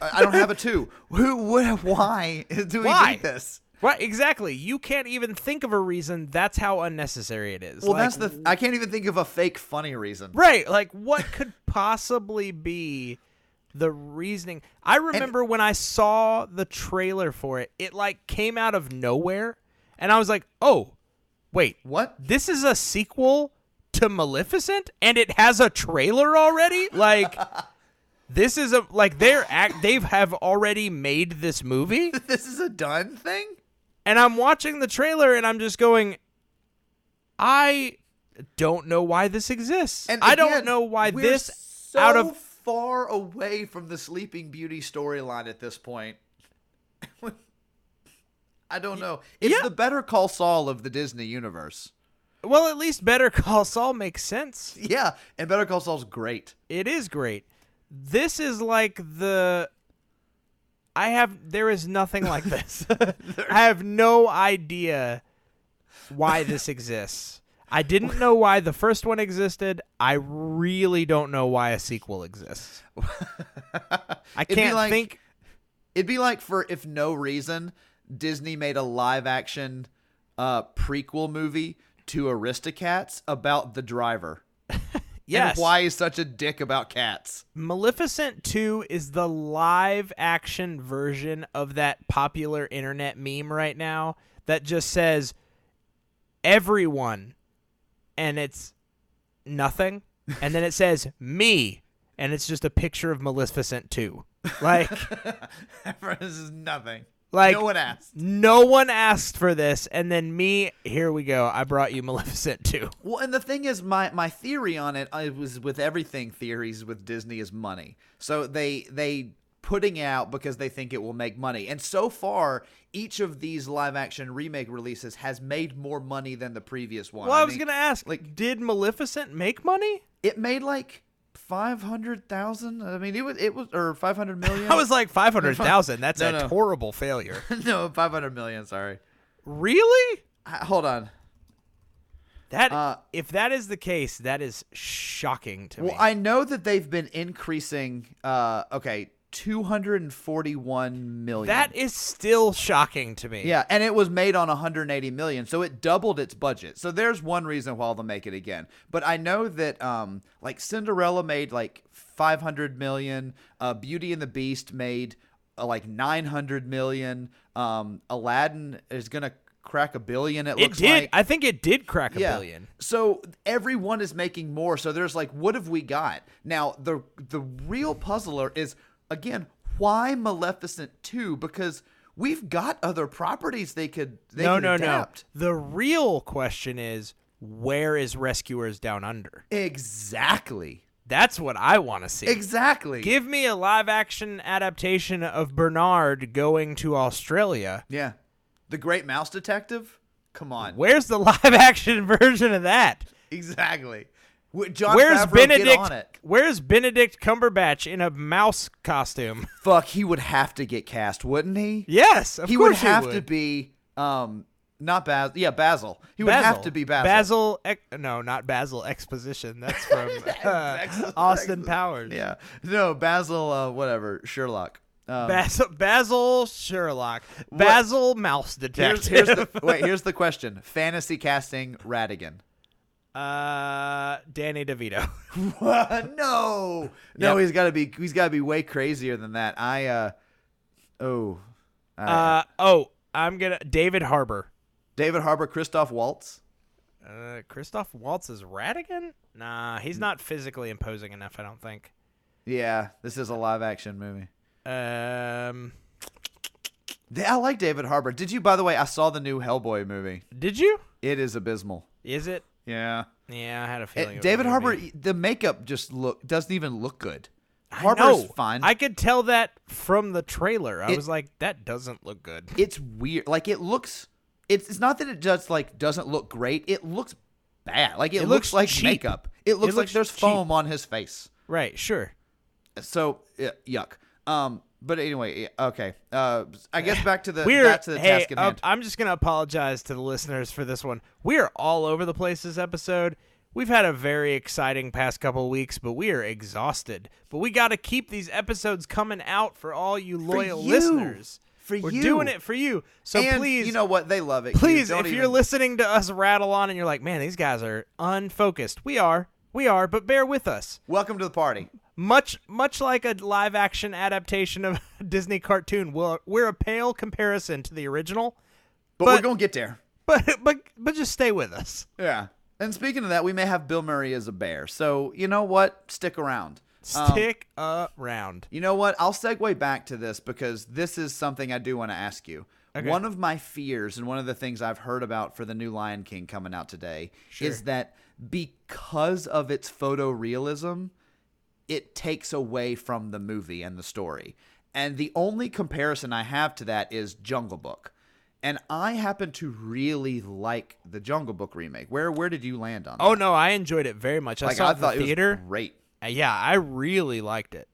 i I don't have a two who what, why do we
Why?
need this
Right, exactly. You can't even think of a reason. That's how unnecessary it is.
well
Like,
that's the i can't even think of a fake funny reason
Right. Like, what could possibly be the reasoning? I remember when I saw the trailer for it, it like came out of nowhere. And I was like, oh, wait,
what
this is a sequel to Maleficent and it has a trailer already? Like, this is a, like, they're act, they've have already made this movie.
this is a done thing
And I'm watching the trailer and I'm just going, I don't know why this exists.
and
I don't
again,
know why
we're
this
so
out of
far away from the sleeping beauty storyline at this point i don't know it's
yeah.
the better call saul of the disney universe
well, at least Better Call Saul makes sense.
yeah and better call saul's great
It is great. This is like the I have there is nothing like this. I have no idea why this exists. I didn't know why the first one existed. I really don't know why a sequel exists. I
It'd be
can't
like-
think
It'd be like for if no reason Disney made a live action uh, prequel movie to Aristocats about the driver.
yes.
And why he's such a dick about cats.
Maleficent 2 is the live action version of that popular internet meme right now that just says everyone and it's nothing and then it says me and it's just a picture of Maleficent 2. Like
this is nothing.
like
no one asked.
no one asked for this and then me here we go I brought you Maleficent 2.
Well, and the thing is, my my theory on it, I was with everything theories with Disney is money. So they they putting out because they think it will make money. And so far, each of these live action remake releases has made more money than the previous one.
Well, I was
mean,
going to ask
like-
like did Maleficent make money?
it made like five hundred thousand. I mean, it was it was or five hundred million.
I was like 500,000. That's
No,
a
no.
horrible failure.
no five hundred million. Sorry.
Really?
I, hold on.
That
Uh,
if that is the case, that is shocking to
Well,
me.
I know that they've been increasing. Uh, okay, 241 million.
That is still shocking to me.
Yeah, and it was made on 180 million, so it doubled its budget. So there's one reason why they'll make it again. But I know that um like Cinderella made like 500 million, uh Beauty and the Beast made uh, like 900 million. Um Aladdin is going to crack a billion it
It
looks
did.
like.
I think it did crack a
Yeah.
billion.
So everyone is making more. So there's like, what have we got? Now the the real puzzler is again why Maleficent two because we've got other properties they could they
no,
could
no,
adapt.
no. The real question is where is Rescuers Down Under?
Exactly,
That's what I want to see.
exactly.
Give me a live action adaptation of Bernard going to Australia.
yeah, the Great Mouse Detective. Come on,
Where's the live action version of that?
exactly. W- John
Where's
Favreau, Get on it.
Benedict? Where's Benedict Cumberbatch in a mouse costume?
Fuck, he would have to get cast, wouldn't he?
Yes, of
he would
course
have
he would.
to be um not Basil. Yeah, Basil. He would have to be
Basil, ex- no, not Basil Exposition. That's from uh, Austin Powers.
Yeah. No, Basil, uh, whatever, Sherlock. Um,
Basil, Basil Sherlock, Basil Mouse Detective.
here's, here's the, wait, here's the question. Fantasy casting Radigan.
uh, Danny DeVito.
no. No,
Yep.
he's got to be he's got to be way crazier than that. I uh oh.
Uh, oh, I'm gonna David Harbor.
David Harbour, Christoph Waltz.
Uh, Christoph Waltz is Radigan? Nah,
Mm.
he's not physically imposing enough. I don't think.
Yeah, this is a live action movie.
Um,
Th- I like David Harbour. Did you by the way, I saw the new Hellboy movie.
did you?
It is abysmal.
Is it?
Yeah.
Yeah, I had a feeling. it
It,
was
Eh, David
gonna
Harbour,
be-
the makeup just look doesn't even look good.
I
Harbour's
know.
fine.
I could tell that from the trailer. I
It-
was like, that doesn't look good.
it's weird. Like it looks. It's it's not that it just like doesn't look great. It looks bad. Like it,
It looks
looks, like
cheap.
makeup. It looks like
looks
there's
cheap.
foam on his face.
Right, sure.
So uh, yuck. Um. But anyway, yeah, okay. Uh. I guess back to the
We're
back to the
hey,
task at
um,
hand.
I'm just gonna apologize to the listeners for this one. We are all over the place this episode. We've had a very exciting past couple weeks, but we are exhausted. But we got to keep these episodes coming out for all you loyal
you.
listeners.
For
We're
you.
doing it for you. So
and
please,
you know what? They love it. Dude,
please,
don't
if
even-
you're listening to us rattle on and you're like, man, these guys are unfocused. We are, we are, but bear with us.
welcome to the party.
Much, much like a live action adaptation of a Disney cartoon, we're, we're a pale comparison to the original
But,
But-
we're gonna get there.
but but but just stay with us.
Yeah. And speaking of that, we may have Bill Murray as a bear. So you know what? Stick around. Um,
Stick around.
You know what? I'll segue back to this because this is something I do want to ask you. One of my fears and one of the things I've heard about for the new Lion King coming out today is that because of its photorealism, it takes away from the movie and the story. And the only comparison I have to that is Jungle Book. And I happen to really like the Jungle Book remake. Where where did you land on?
Oh no, I enjoyed it very much. I
like
saw
I
it in the
thought it
theater.
was great.
Uh, yeah, I really liked it.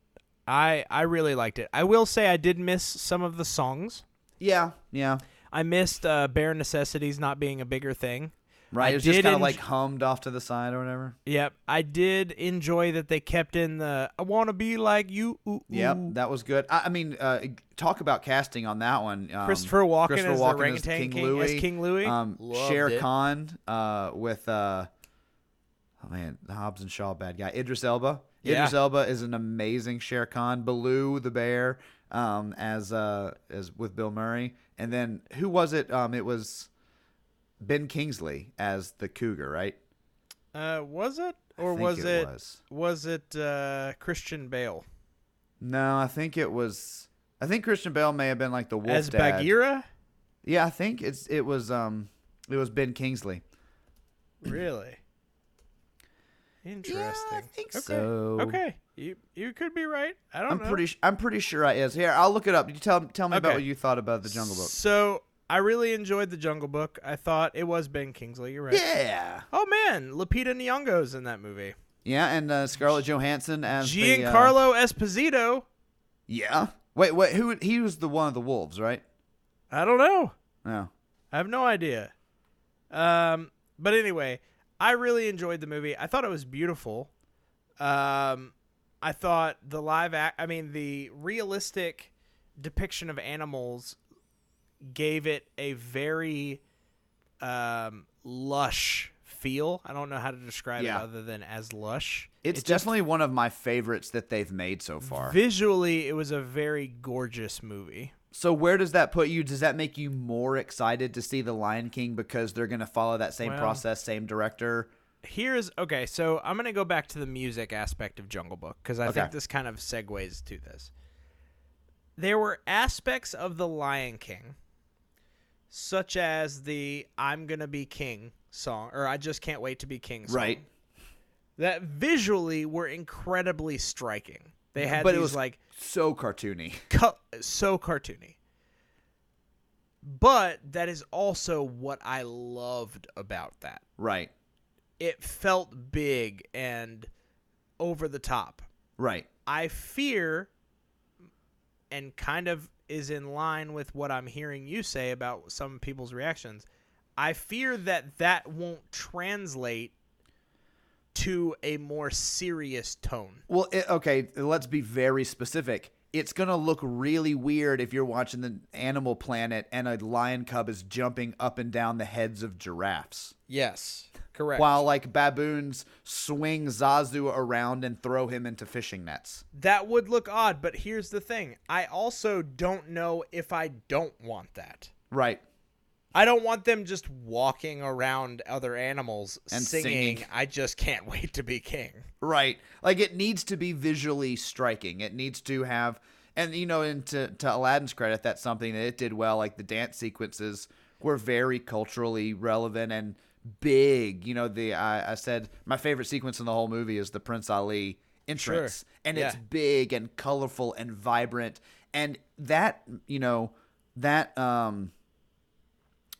I I really liked it. I will say I did miss some of the songs.
Yeah, yeah.
I missed uh, "Bare Necessities" not being a bigger thing.
Right.
I
it was just
did
kind of
enj-
like hummed off to the side or whatever.
Yep, I did enjoy that they kept in the "I want to be like you." Ooh, ooh.
Yep, that was good. I, I mean, uh, talk about casting on that one. Um,
Christopher Walken
Christopher
as the
Walken
orangutan
King,
king-
Louis.
as King Louis.
Um,
Loved
Shere
it.
Khan uh, with uh, oh man, Hobbs and Shaw, bad guy. Idris Elba.
Yeah.
Idris Elba is an amazing Shere Khan. Baloo the bear um, as uh, as with Bill Murray, and then who was it? Um, it was Ben Kingsley as the cougar, right?
Uh, was it or
think
was
it
it
was.
was it uh, Christian Bale
No, I think it was. I think Christian Bale may have been like the wolf
as
dad.
Bagheera?
Yeah, I think it's it was um it was Ben Kingsley.
Really? Interesting.
think
okay.
so.
Okay. You you could be right. I don't
I'm
know.
pretty su- I'm pretty sure I is. Here, I'll look it up. You tell tell me about
Okay.
what you thought about the Jungle Book.
So I really enjoyed the Jungle Book. I thought it was Ben Kingsley. You're right.
Yeah.
Oh man, Lupita Nyong'o's in that movie.
Yeah, and uh, Scarlett Johansson as the, uh,
Giancarlo Esposito.
yeah. Wait, wait. Who he was the one of the wolves, right?
I don't know.
No.
I have no idea. Um, but anyway, I really enjoyed the movie. I thought it was beautiful. Um, I thought the live act, I mean, the realistic depiction of animals gave it a very um, lush feel. I don't know how to describe
Yeah.
it other than as lush.
It's
It just-
definitely one of my favorites that they've made so far.
visually, it was a very gorgeous movie.
so where does that put you? Does that make you more excited to see The Lion King because they're going to follow that same
Well-
process, same director?
Here's okay, so I'm gonna go back to the music aspect of Jungle Book because I
Okay.
think this kind of segues to this. There were aspects of The Lion King, such as the "I'm gonna be king" song, or "I just can't wait to be king" song,
Right.
That visually were incredibly striking. They had
But it
these
was-
like
So cartoony.
co- so cartoony. But that is also what I loved about that
Right.
it felt big and over the top.
Right.
I fear and kind of is in line with what I'm hearing you say about some people's reactions. I fear that that won't translate to a more serious tone.
Well, it, okay, let's be very specific. It's going to look really weird if you're watching the Animal Planet and a lion cub is jumping up and down the heads of giraffes.
Yes, correct.
While like baboons swing Zazu around and throw him into fishing nets.
that would look odd, but here's the thing. I also don't know if I don't want that.
Right.
I don't want them just walking around other animals
And
singing,
singing.
I just can't wait to be king.
Right. Like it needs to be visually striking. It needs to have and you know, and to, to Aladdin's credit, that's something that it did well. Like the dance sequences were very culturally relevant and big. You know, the I, I said my favorite sequence in the whole movie is the Prince Ali entrance. And it's
Yeah.
big and colorful and vibrant. And that you know, that um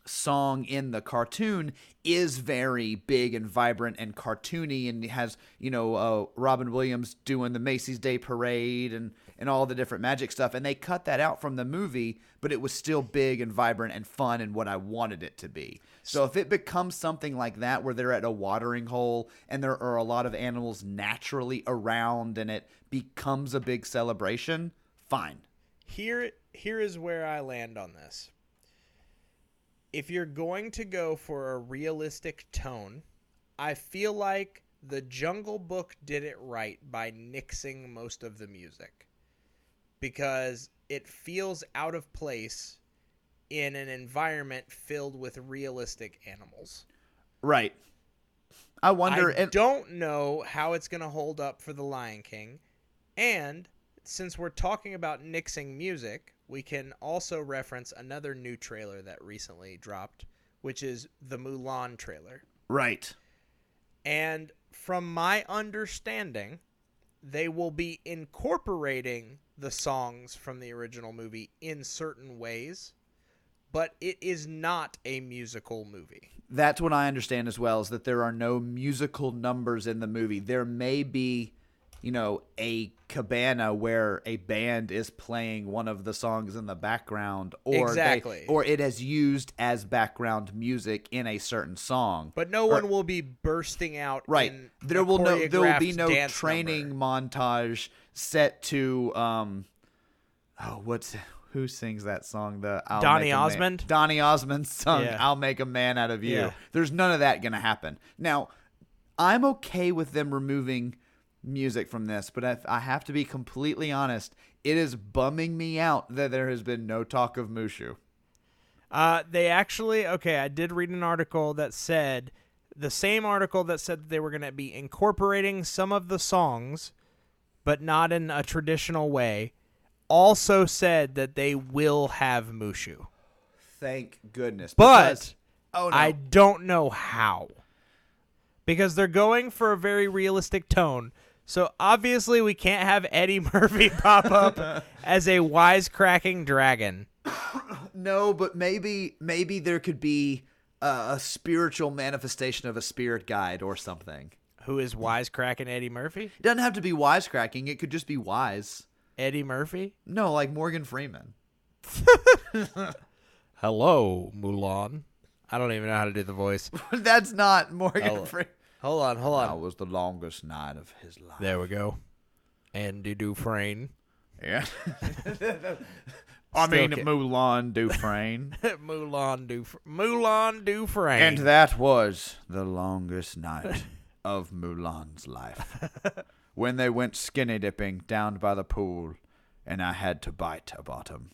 song in the cartoon is very big and vibrant and cartoony and has you know uh, robin williams doing the macy's day parade and and all the different magic stuff and they cut that out from the movie but it was still big and vibrant and fun and what i wanted it to be so if it becomes something like that where they're at a watering hole and there are a lot of animals naturally around and it becomes a big celebration fine
Here here is where I land on this. If you're going to go for a realistic tone, I feel like the Jungle Book did it right by nixing most of the music because it feels out of place in an environment filled with realistic animals.
right i wonder
I
and
don't know how it's going to hold up for The Lion King. And since we're talking about nixing music, we can also reference another new trailer that recently dropped, which is the Mulan trailer.
right
And from my understanding, they will be incorporating the songs from the original movie in certain ways, but it is not a musical movie.
that's what I understand as well is that there are no musical numbers in the movie. There may be, you know, a cabana where a band is playing one of the songs in the background, or they-
Exactly.
or it is used as background music in a certain song.
But no
Or-
one will be bursting out.
right
in
there
a
will no there will be
choreographed
no
dance
training
number.
montage set to um oh what's who sings that song the I'll
Donny
Make a Man-
Osmond?
Donny Osmond sung
Yeah.
I'll make a man out of you
Yeah.
there's none of that gonna happen now I'm okay with them removing music from this but if I have to be completely honest it is bumming me out that there has been no talk of Mushu
Uh, they actually okay. I did read an article that said the same article that said that they were going to be incorporating some of the songs, but not in a traditional way. Also said that they will have Mushu,
thank goodness
but
because- oh no
I don't know how because they're going for a very realistic tone. So obviously we can't have Eddie Murphy pop up as a wisecracking dragon.
No, but maybe maybe there could be a, a spiritual manifestation of a spirit guide or something.
Who is wisecracking Eddie Murphy?
It doesn't have to be wisecracking. It could just be wise.
Eddie Murphy?
No, like Morgan Freeman.
Hello, Mulan. I don't even know how to do the voice.
That's not Morgan
Oh.
Freeman.
Hold on, hold on.
was the longest night of his life.
There we go. Andy Dufresne.
Yeah. I mean
can't-
Mulan Dufresne.
Mulan Duf Mulan Dufresne.
and that was the longest night of Mulan's life. when they went skinny dipping down by the pool and I had to bite a bottom.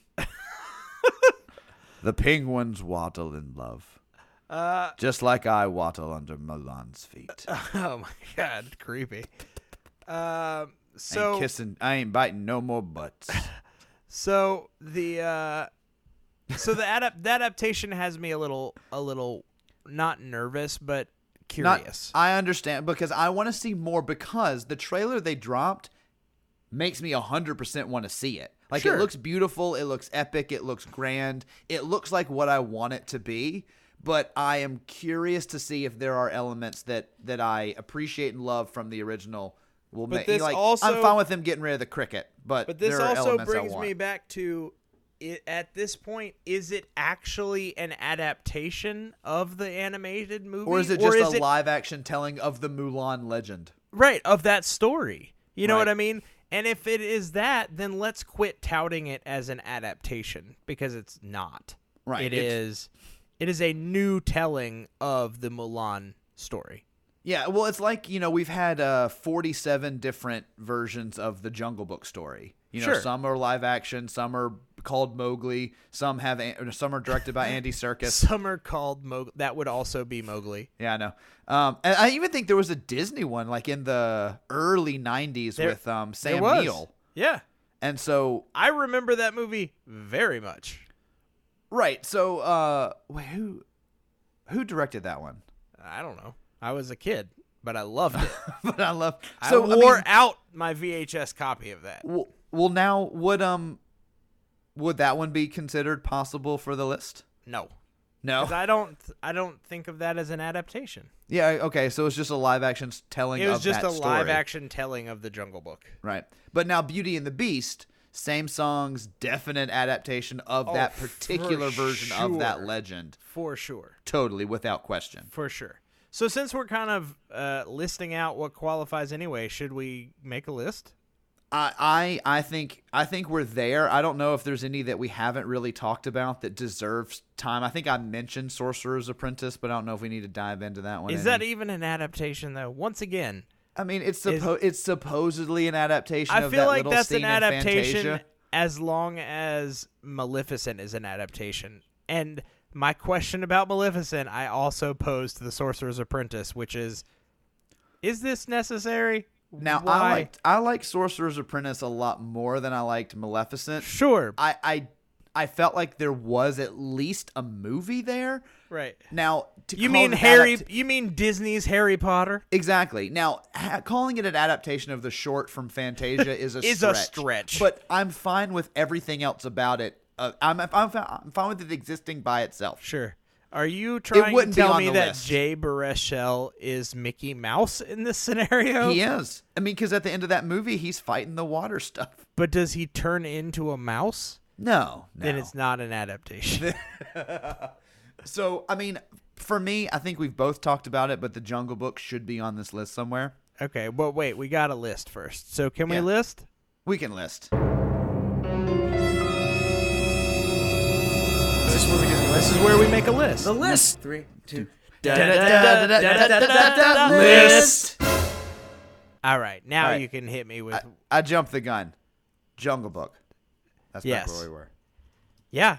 the penguins waddle in love. just like I waddle under Mulan's feet.
oh my god, creepy. Um so
ain't kissing I ain't biting no more butts.
so the uh so the adapt the adaptation has me a little a little not nervous but
Not-
curious.
I understand because I want to see more because the trailer they dropped makes me 100% want to see it. Like
Sure.
it looks beautiful, it looks epic, it looks grand. It looks like what I want it to be, but I am curious to see if there are elements that that I appreciate and love from the original. Will
But
make
this
like
also-
I'm fine with them getting rid of the cricket, but,
but this
there are
also
elements I
brings
want.
me back to it, at this point is it actually an adaptation of the animated movie
or is it just
is
a
it
live action telling of the Mulan legend?
right of that story you know what
Right.
i mean and if it is that then let's quit touting it as an adaptation because it's not
Right,
it
it's-
is it is a new telling of the mulan story
Yeah, well, it's like you know we've had uh, forty-seven different versions of the Jungle Book story. You know,
Sure.
some are live action, some are called Mowgli, some have an- or some are directed by Andy Serkis.
some are called Mowgli. that would also be mowgli
Yeah, I know. Um, and I even think there was a Disney one like in the early '90s
There-
with um,
There
Sam
was.
Neill.
yeah
And so,
i remember that movie very much
right, so uh, wait, who who directed that one?
i don't know i was a kid but i loved it
but I love.
so
So
i wore
mean,
out my vhs copy of that
w- well, now would um would that one be considered possible for the list?
no
No.
'Cause i don't i don't think of that as an adaptation
Yeah. Okay. So it's just a live action s- telling.
It was
of
just
that
a live
story.
action telling of the Jungle Book.
Right. But now Beauty and the Beast, same song's definite adaptation of
Oh,
that
for
particular version of that
sure.
legend.
For sure.
Totally, without question.
For sure. So since we're kind of uh, listing out what qualifies anyway, should we make a list?
I, I, I think, I think we're there. I don't know if there's any that we haven't really talked about that deserves time. I think I mentioned Sorcerer's Apprentice, but I don't know if we need to dive into that one.
Is
any.
that e- even an adaptation though? Once again,
I mean, it's suppo- it's supposedly an adaptation.
I
of
feel
that
like
little
that's an
scene in
adaptation
Fantasia.
as long as Maleficent is an adaptation. And my question about Maleficent, I also posed to the Sorcerer's Apprentice, which is is this necessary?
Now
Why?
I liked I like Sorcerer's Apprentice a lot more than I liked Maleficent.
Sure.
I I I felt like there was at least a movie there.
right.
Now to
You
call
mean
it an
Harry?
adapt-
you mean Disney's Harry Potter?
exactly. Now ha- calling it an adaptation of the short from Fantasia is a
Is a
stretch,
stretch.
But I'm fine with everything else about it. Uh, I'm, I'm fi- I'm fine with it existing by itself.
Sure. Are you trying to
wouldn't be
tell
on
me
the
that
list.
Jay Baruchel is Mickey Mouse in this scenario?
He is. I mean, because at the end of that movie, he's fighting the water stuff.
But does he turn into a mouse?
No, no.
Then it's not an adaptation.
So, I mean, for me, I think we've both talked about it, but the Jungle Book should be on this list somewhere.
okay, but wait, we got a list first. So can we
Yeah.
list?
We can list.
This is where we do the
This
list.
is where we make a list.
The list. Three, two.
List.
All right, now
All right.
you can hit me with
I, I jumped the gun. Jungle Book. That's back
Yes.
where we were.
yeah.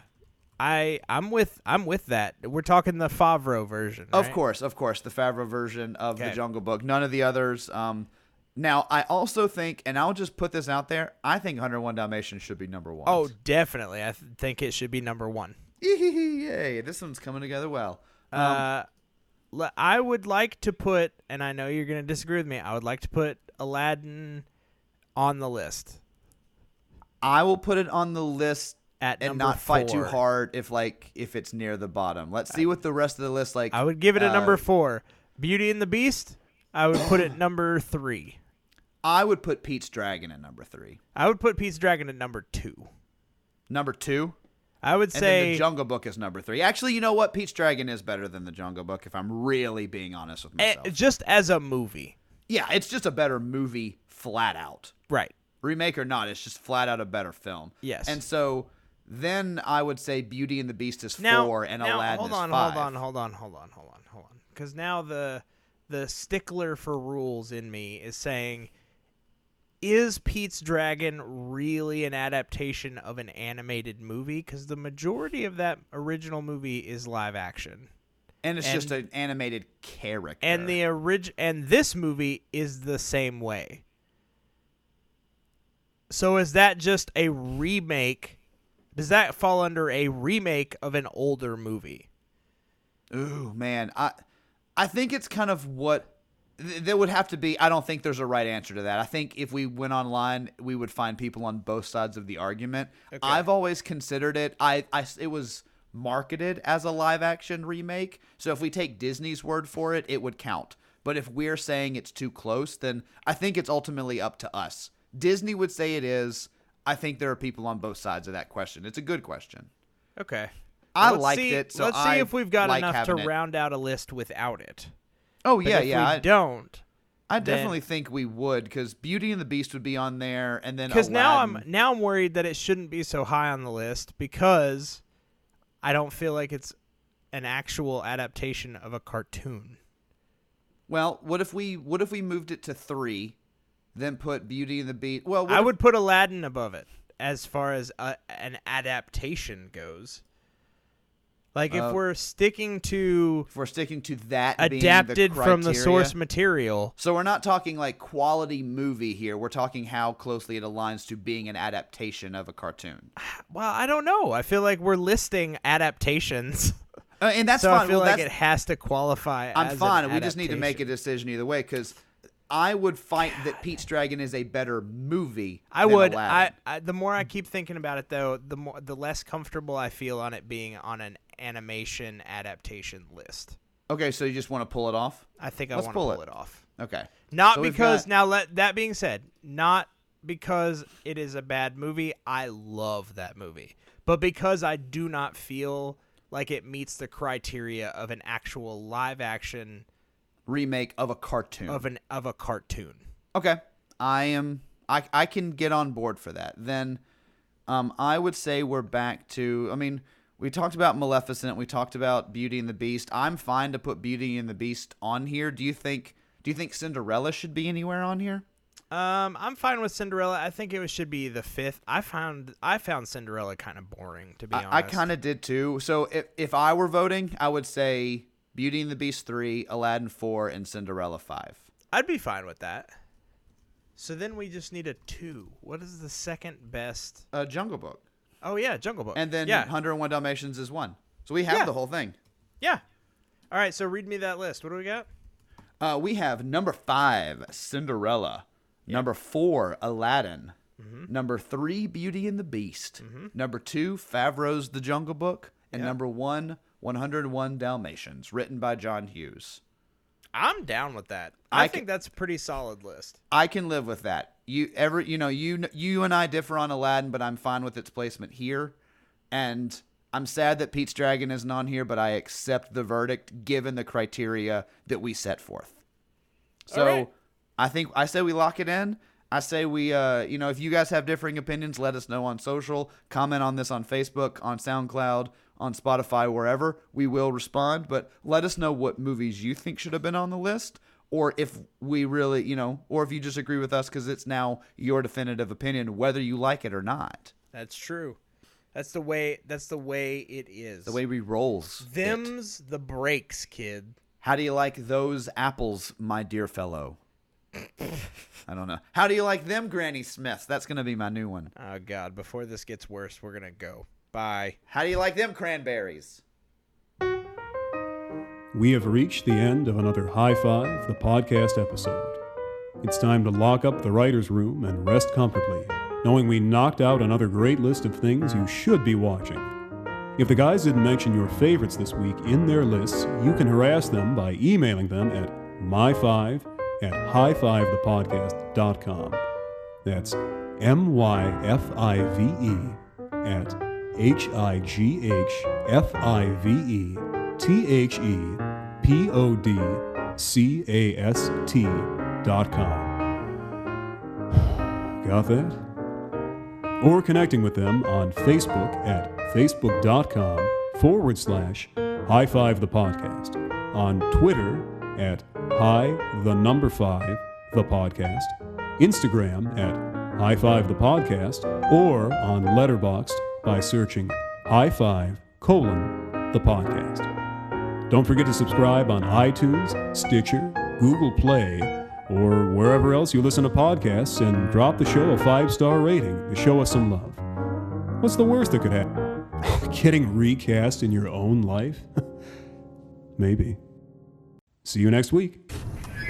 I I'm with I'm with that. We're talking the Favreau version.
Of
right?
course, of course, the Favreau version of
Okay.
the Jungle Book. None of the others. Um, now, I also think, and I'll just put this out there. I think 101 Dalmatians should be number one.
Oh, definitely. I th- think it should be number one.
yay! This one's coming together well.
Uh, le- I would like to put, and I know you're going to disagree with me. I would like to put Aladdin on the list.
I will put it on the list
At
and
number
not fight too
four.
hard if like if it's near the bottom. Let's see what the rest of the list like.
I would give it a
uh,
number four. Beauty and the Beast. I would put it number three.
I would put Pete's Dragon at number three.
I would put Pete's Dragon at number two.
Number two,
I would
and then
say
the Jungle Book is number three. Actually, you know what? Pete's Dragon is better than the Jungle Book. If I'm really being honest with
eh,
myself,
just as a movie,
yeah, it's just a better movie, flat out.
right?
remake or not, it's just flat out a better film.
Yes.
And so then I would say Beauty and the Beast is
now,
four and
now,
Aladdin
hold
is
on,
five.
Hold on, hold on, hold on, hold on, hold on. Because now the the stickler for rules in me is saying, is Pete's Dragon really an adaptation of an animated movie? Because the majority of that original movie is live action,
And it's just
And-
an animated character.
and the orig- and this movie is the same way. So is that just a remake? Does that fall under a remake of an older movie?
Ooh, man, I I think it's kind of what th- there would have to be. I don't think there's a right answer to that. I think if we went online, we would find people on both sides of the argument. I've always considered it. I, I s- it was marketed as a live action remake. So if we take Disney's word for it, it would count. But if we're saying it's too close, then I think it's ultimately up to us. Disney would say it is. I think there are people on both sides of that question. It's a good question.
Okay.
I
Let's
liked
see-
it, so
let's
I
see if we've got
like
enough to
having it.
round out a list without it.
Oh
But
yeah,
if
yeah.
We
I-
don't.
I
then-
definitely think we would because Beauty and the Beast would be on there, and then
Because now I'm
Aladdin.
now I'm worried that it shouldn't be so high on the list because I don't feel like it's an actual adaptation of a cartoon.
well. What if we what if we moved it to three, then put Beauty and the Beast? Well, what
I
if-
would put Aladdin above it as far as a, an adaptation goes. Like if
Uh,
we're sticking to
if we're sticking to that being the
adapted from the
criteria.
source material,
So we're not talking like quality movie here. We're talking how closely it aligns to being an adaptation of a cartoon,
well, I don't know. I feel like we're listing adaptations.
uh, and that's
so
fine.
I feel
Well,
like
that's-
it has to qualify.
I'm
as an
fine. We just need to make a
adaptation.
decision either way because I would fight that Pete's Dragon is a better movie.
I
than
would. I,
Aladdin.
I the more I keep thinking about it, though, the more the less comfortable I feel on it being on an animation adaptation list.
Okay, so you just want to pull it off?
I think I
Let's
want to
pull
pull
it.
it off.
Okay.
Not
So we've
because
got-
now. Let that being said, not because it is a bad movie. I love that movie, but because I do not feel like it meets the criteria of an actual live action
remake of a cartoon.
of an of a cartoon.
okay, I am. I I can get on board for that. Then, um, I would say we're back to. I mean, we talked about Maleficent. We talked about Beauty and the Beast. I'm fine to put Beauty and the Beast on here. Do you think? Do you think Cinderella should be anywhere on here?
Um, I'm fine with Cinderella. I think it was- should be the fifth. I found I found Cinderella kind of boring, to be honest.
I, I kind of did too. So if if I were voting, I would say Beauty and the Beast three, Aladdin four, and Cinderella five.
I'd be fine with that. So then we just need a two. What is the second best?
Uh, Jungle Book,
Oh yeah, Jungle Book.
and then
yeah,
101 Dalmatians is one. So we have
Yeah.
the whole thing.
yeah. All right, so read me that list. What do we got?
Uh, we have number five, Cinderella. Number four, Aladdin.
Mm-hmm.
Number three, Beauty and the Beast. Number two, Favreau's The Jungle Book. And number one, 101 Dalmatians, written by John Hughes.
I'm down with that. I,
I
think
ca-
that's a pretty solid list.
I can live with that. You ever, you know, you kn- you and I differ on Aladdin, but I'm fine with its placement here. And I'm sad that Pete's Dragon isn't on here, but I accept the verdict given the criteria that we set forth. So
right.
I think I say we lock it in. I say we, uh, you know, if you guys have differing opinions, let us know on social. Comment on this on Facebook, on SoundCloud, on Spotify, wherever. We will respond, but let us know what movies you think should have been on the list, or if we really, you know, or if you just agree with us because it's now your definitive opinion, whether you like it or not.
That's true. That's the way. That's the way it is.
The way we rolls. it.
them's the breaks, kid.
How do you like those apples, my dear fellow? I don't know. How do you like them, Granny Smiths? That's going to be my new one.
Oh God! Before this gets worse, we're gonna go. Bye.
How do you like them cranberries?
We have reached the end of another High Five, the podcast episode. It's time to lock up the writer's room and rest comfortably, knowing we knocked out another great list of things you should be watching. If the guys didn't mention your favorites this week in their lists, you can harass them by emailing them at my5 at highfivethepodcast.com. That's M Y F I V E at H I G H F I V E T H E P O D C A S T dot com. Got that? Or connecting with them on Facebook at facebook.com forward slash high five the podcast, on Twitter at high the number five the podcast, Instagram at high five the podcast, or on Letterboxd by searching high five colon the podcast. Don't forget to subscribe on iTunes, Stitcher, Google Play, or wherever else you listen to podcasts and drop the show a five star rating to show us some love. What's the worst that could happen? Getting recast in your own life? Maybe. See you next week.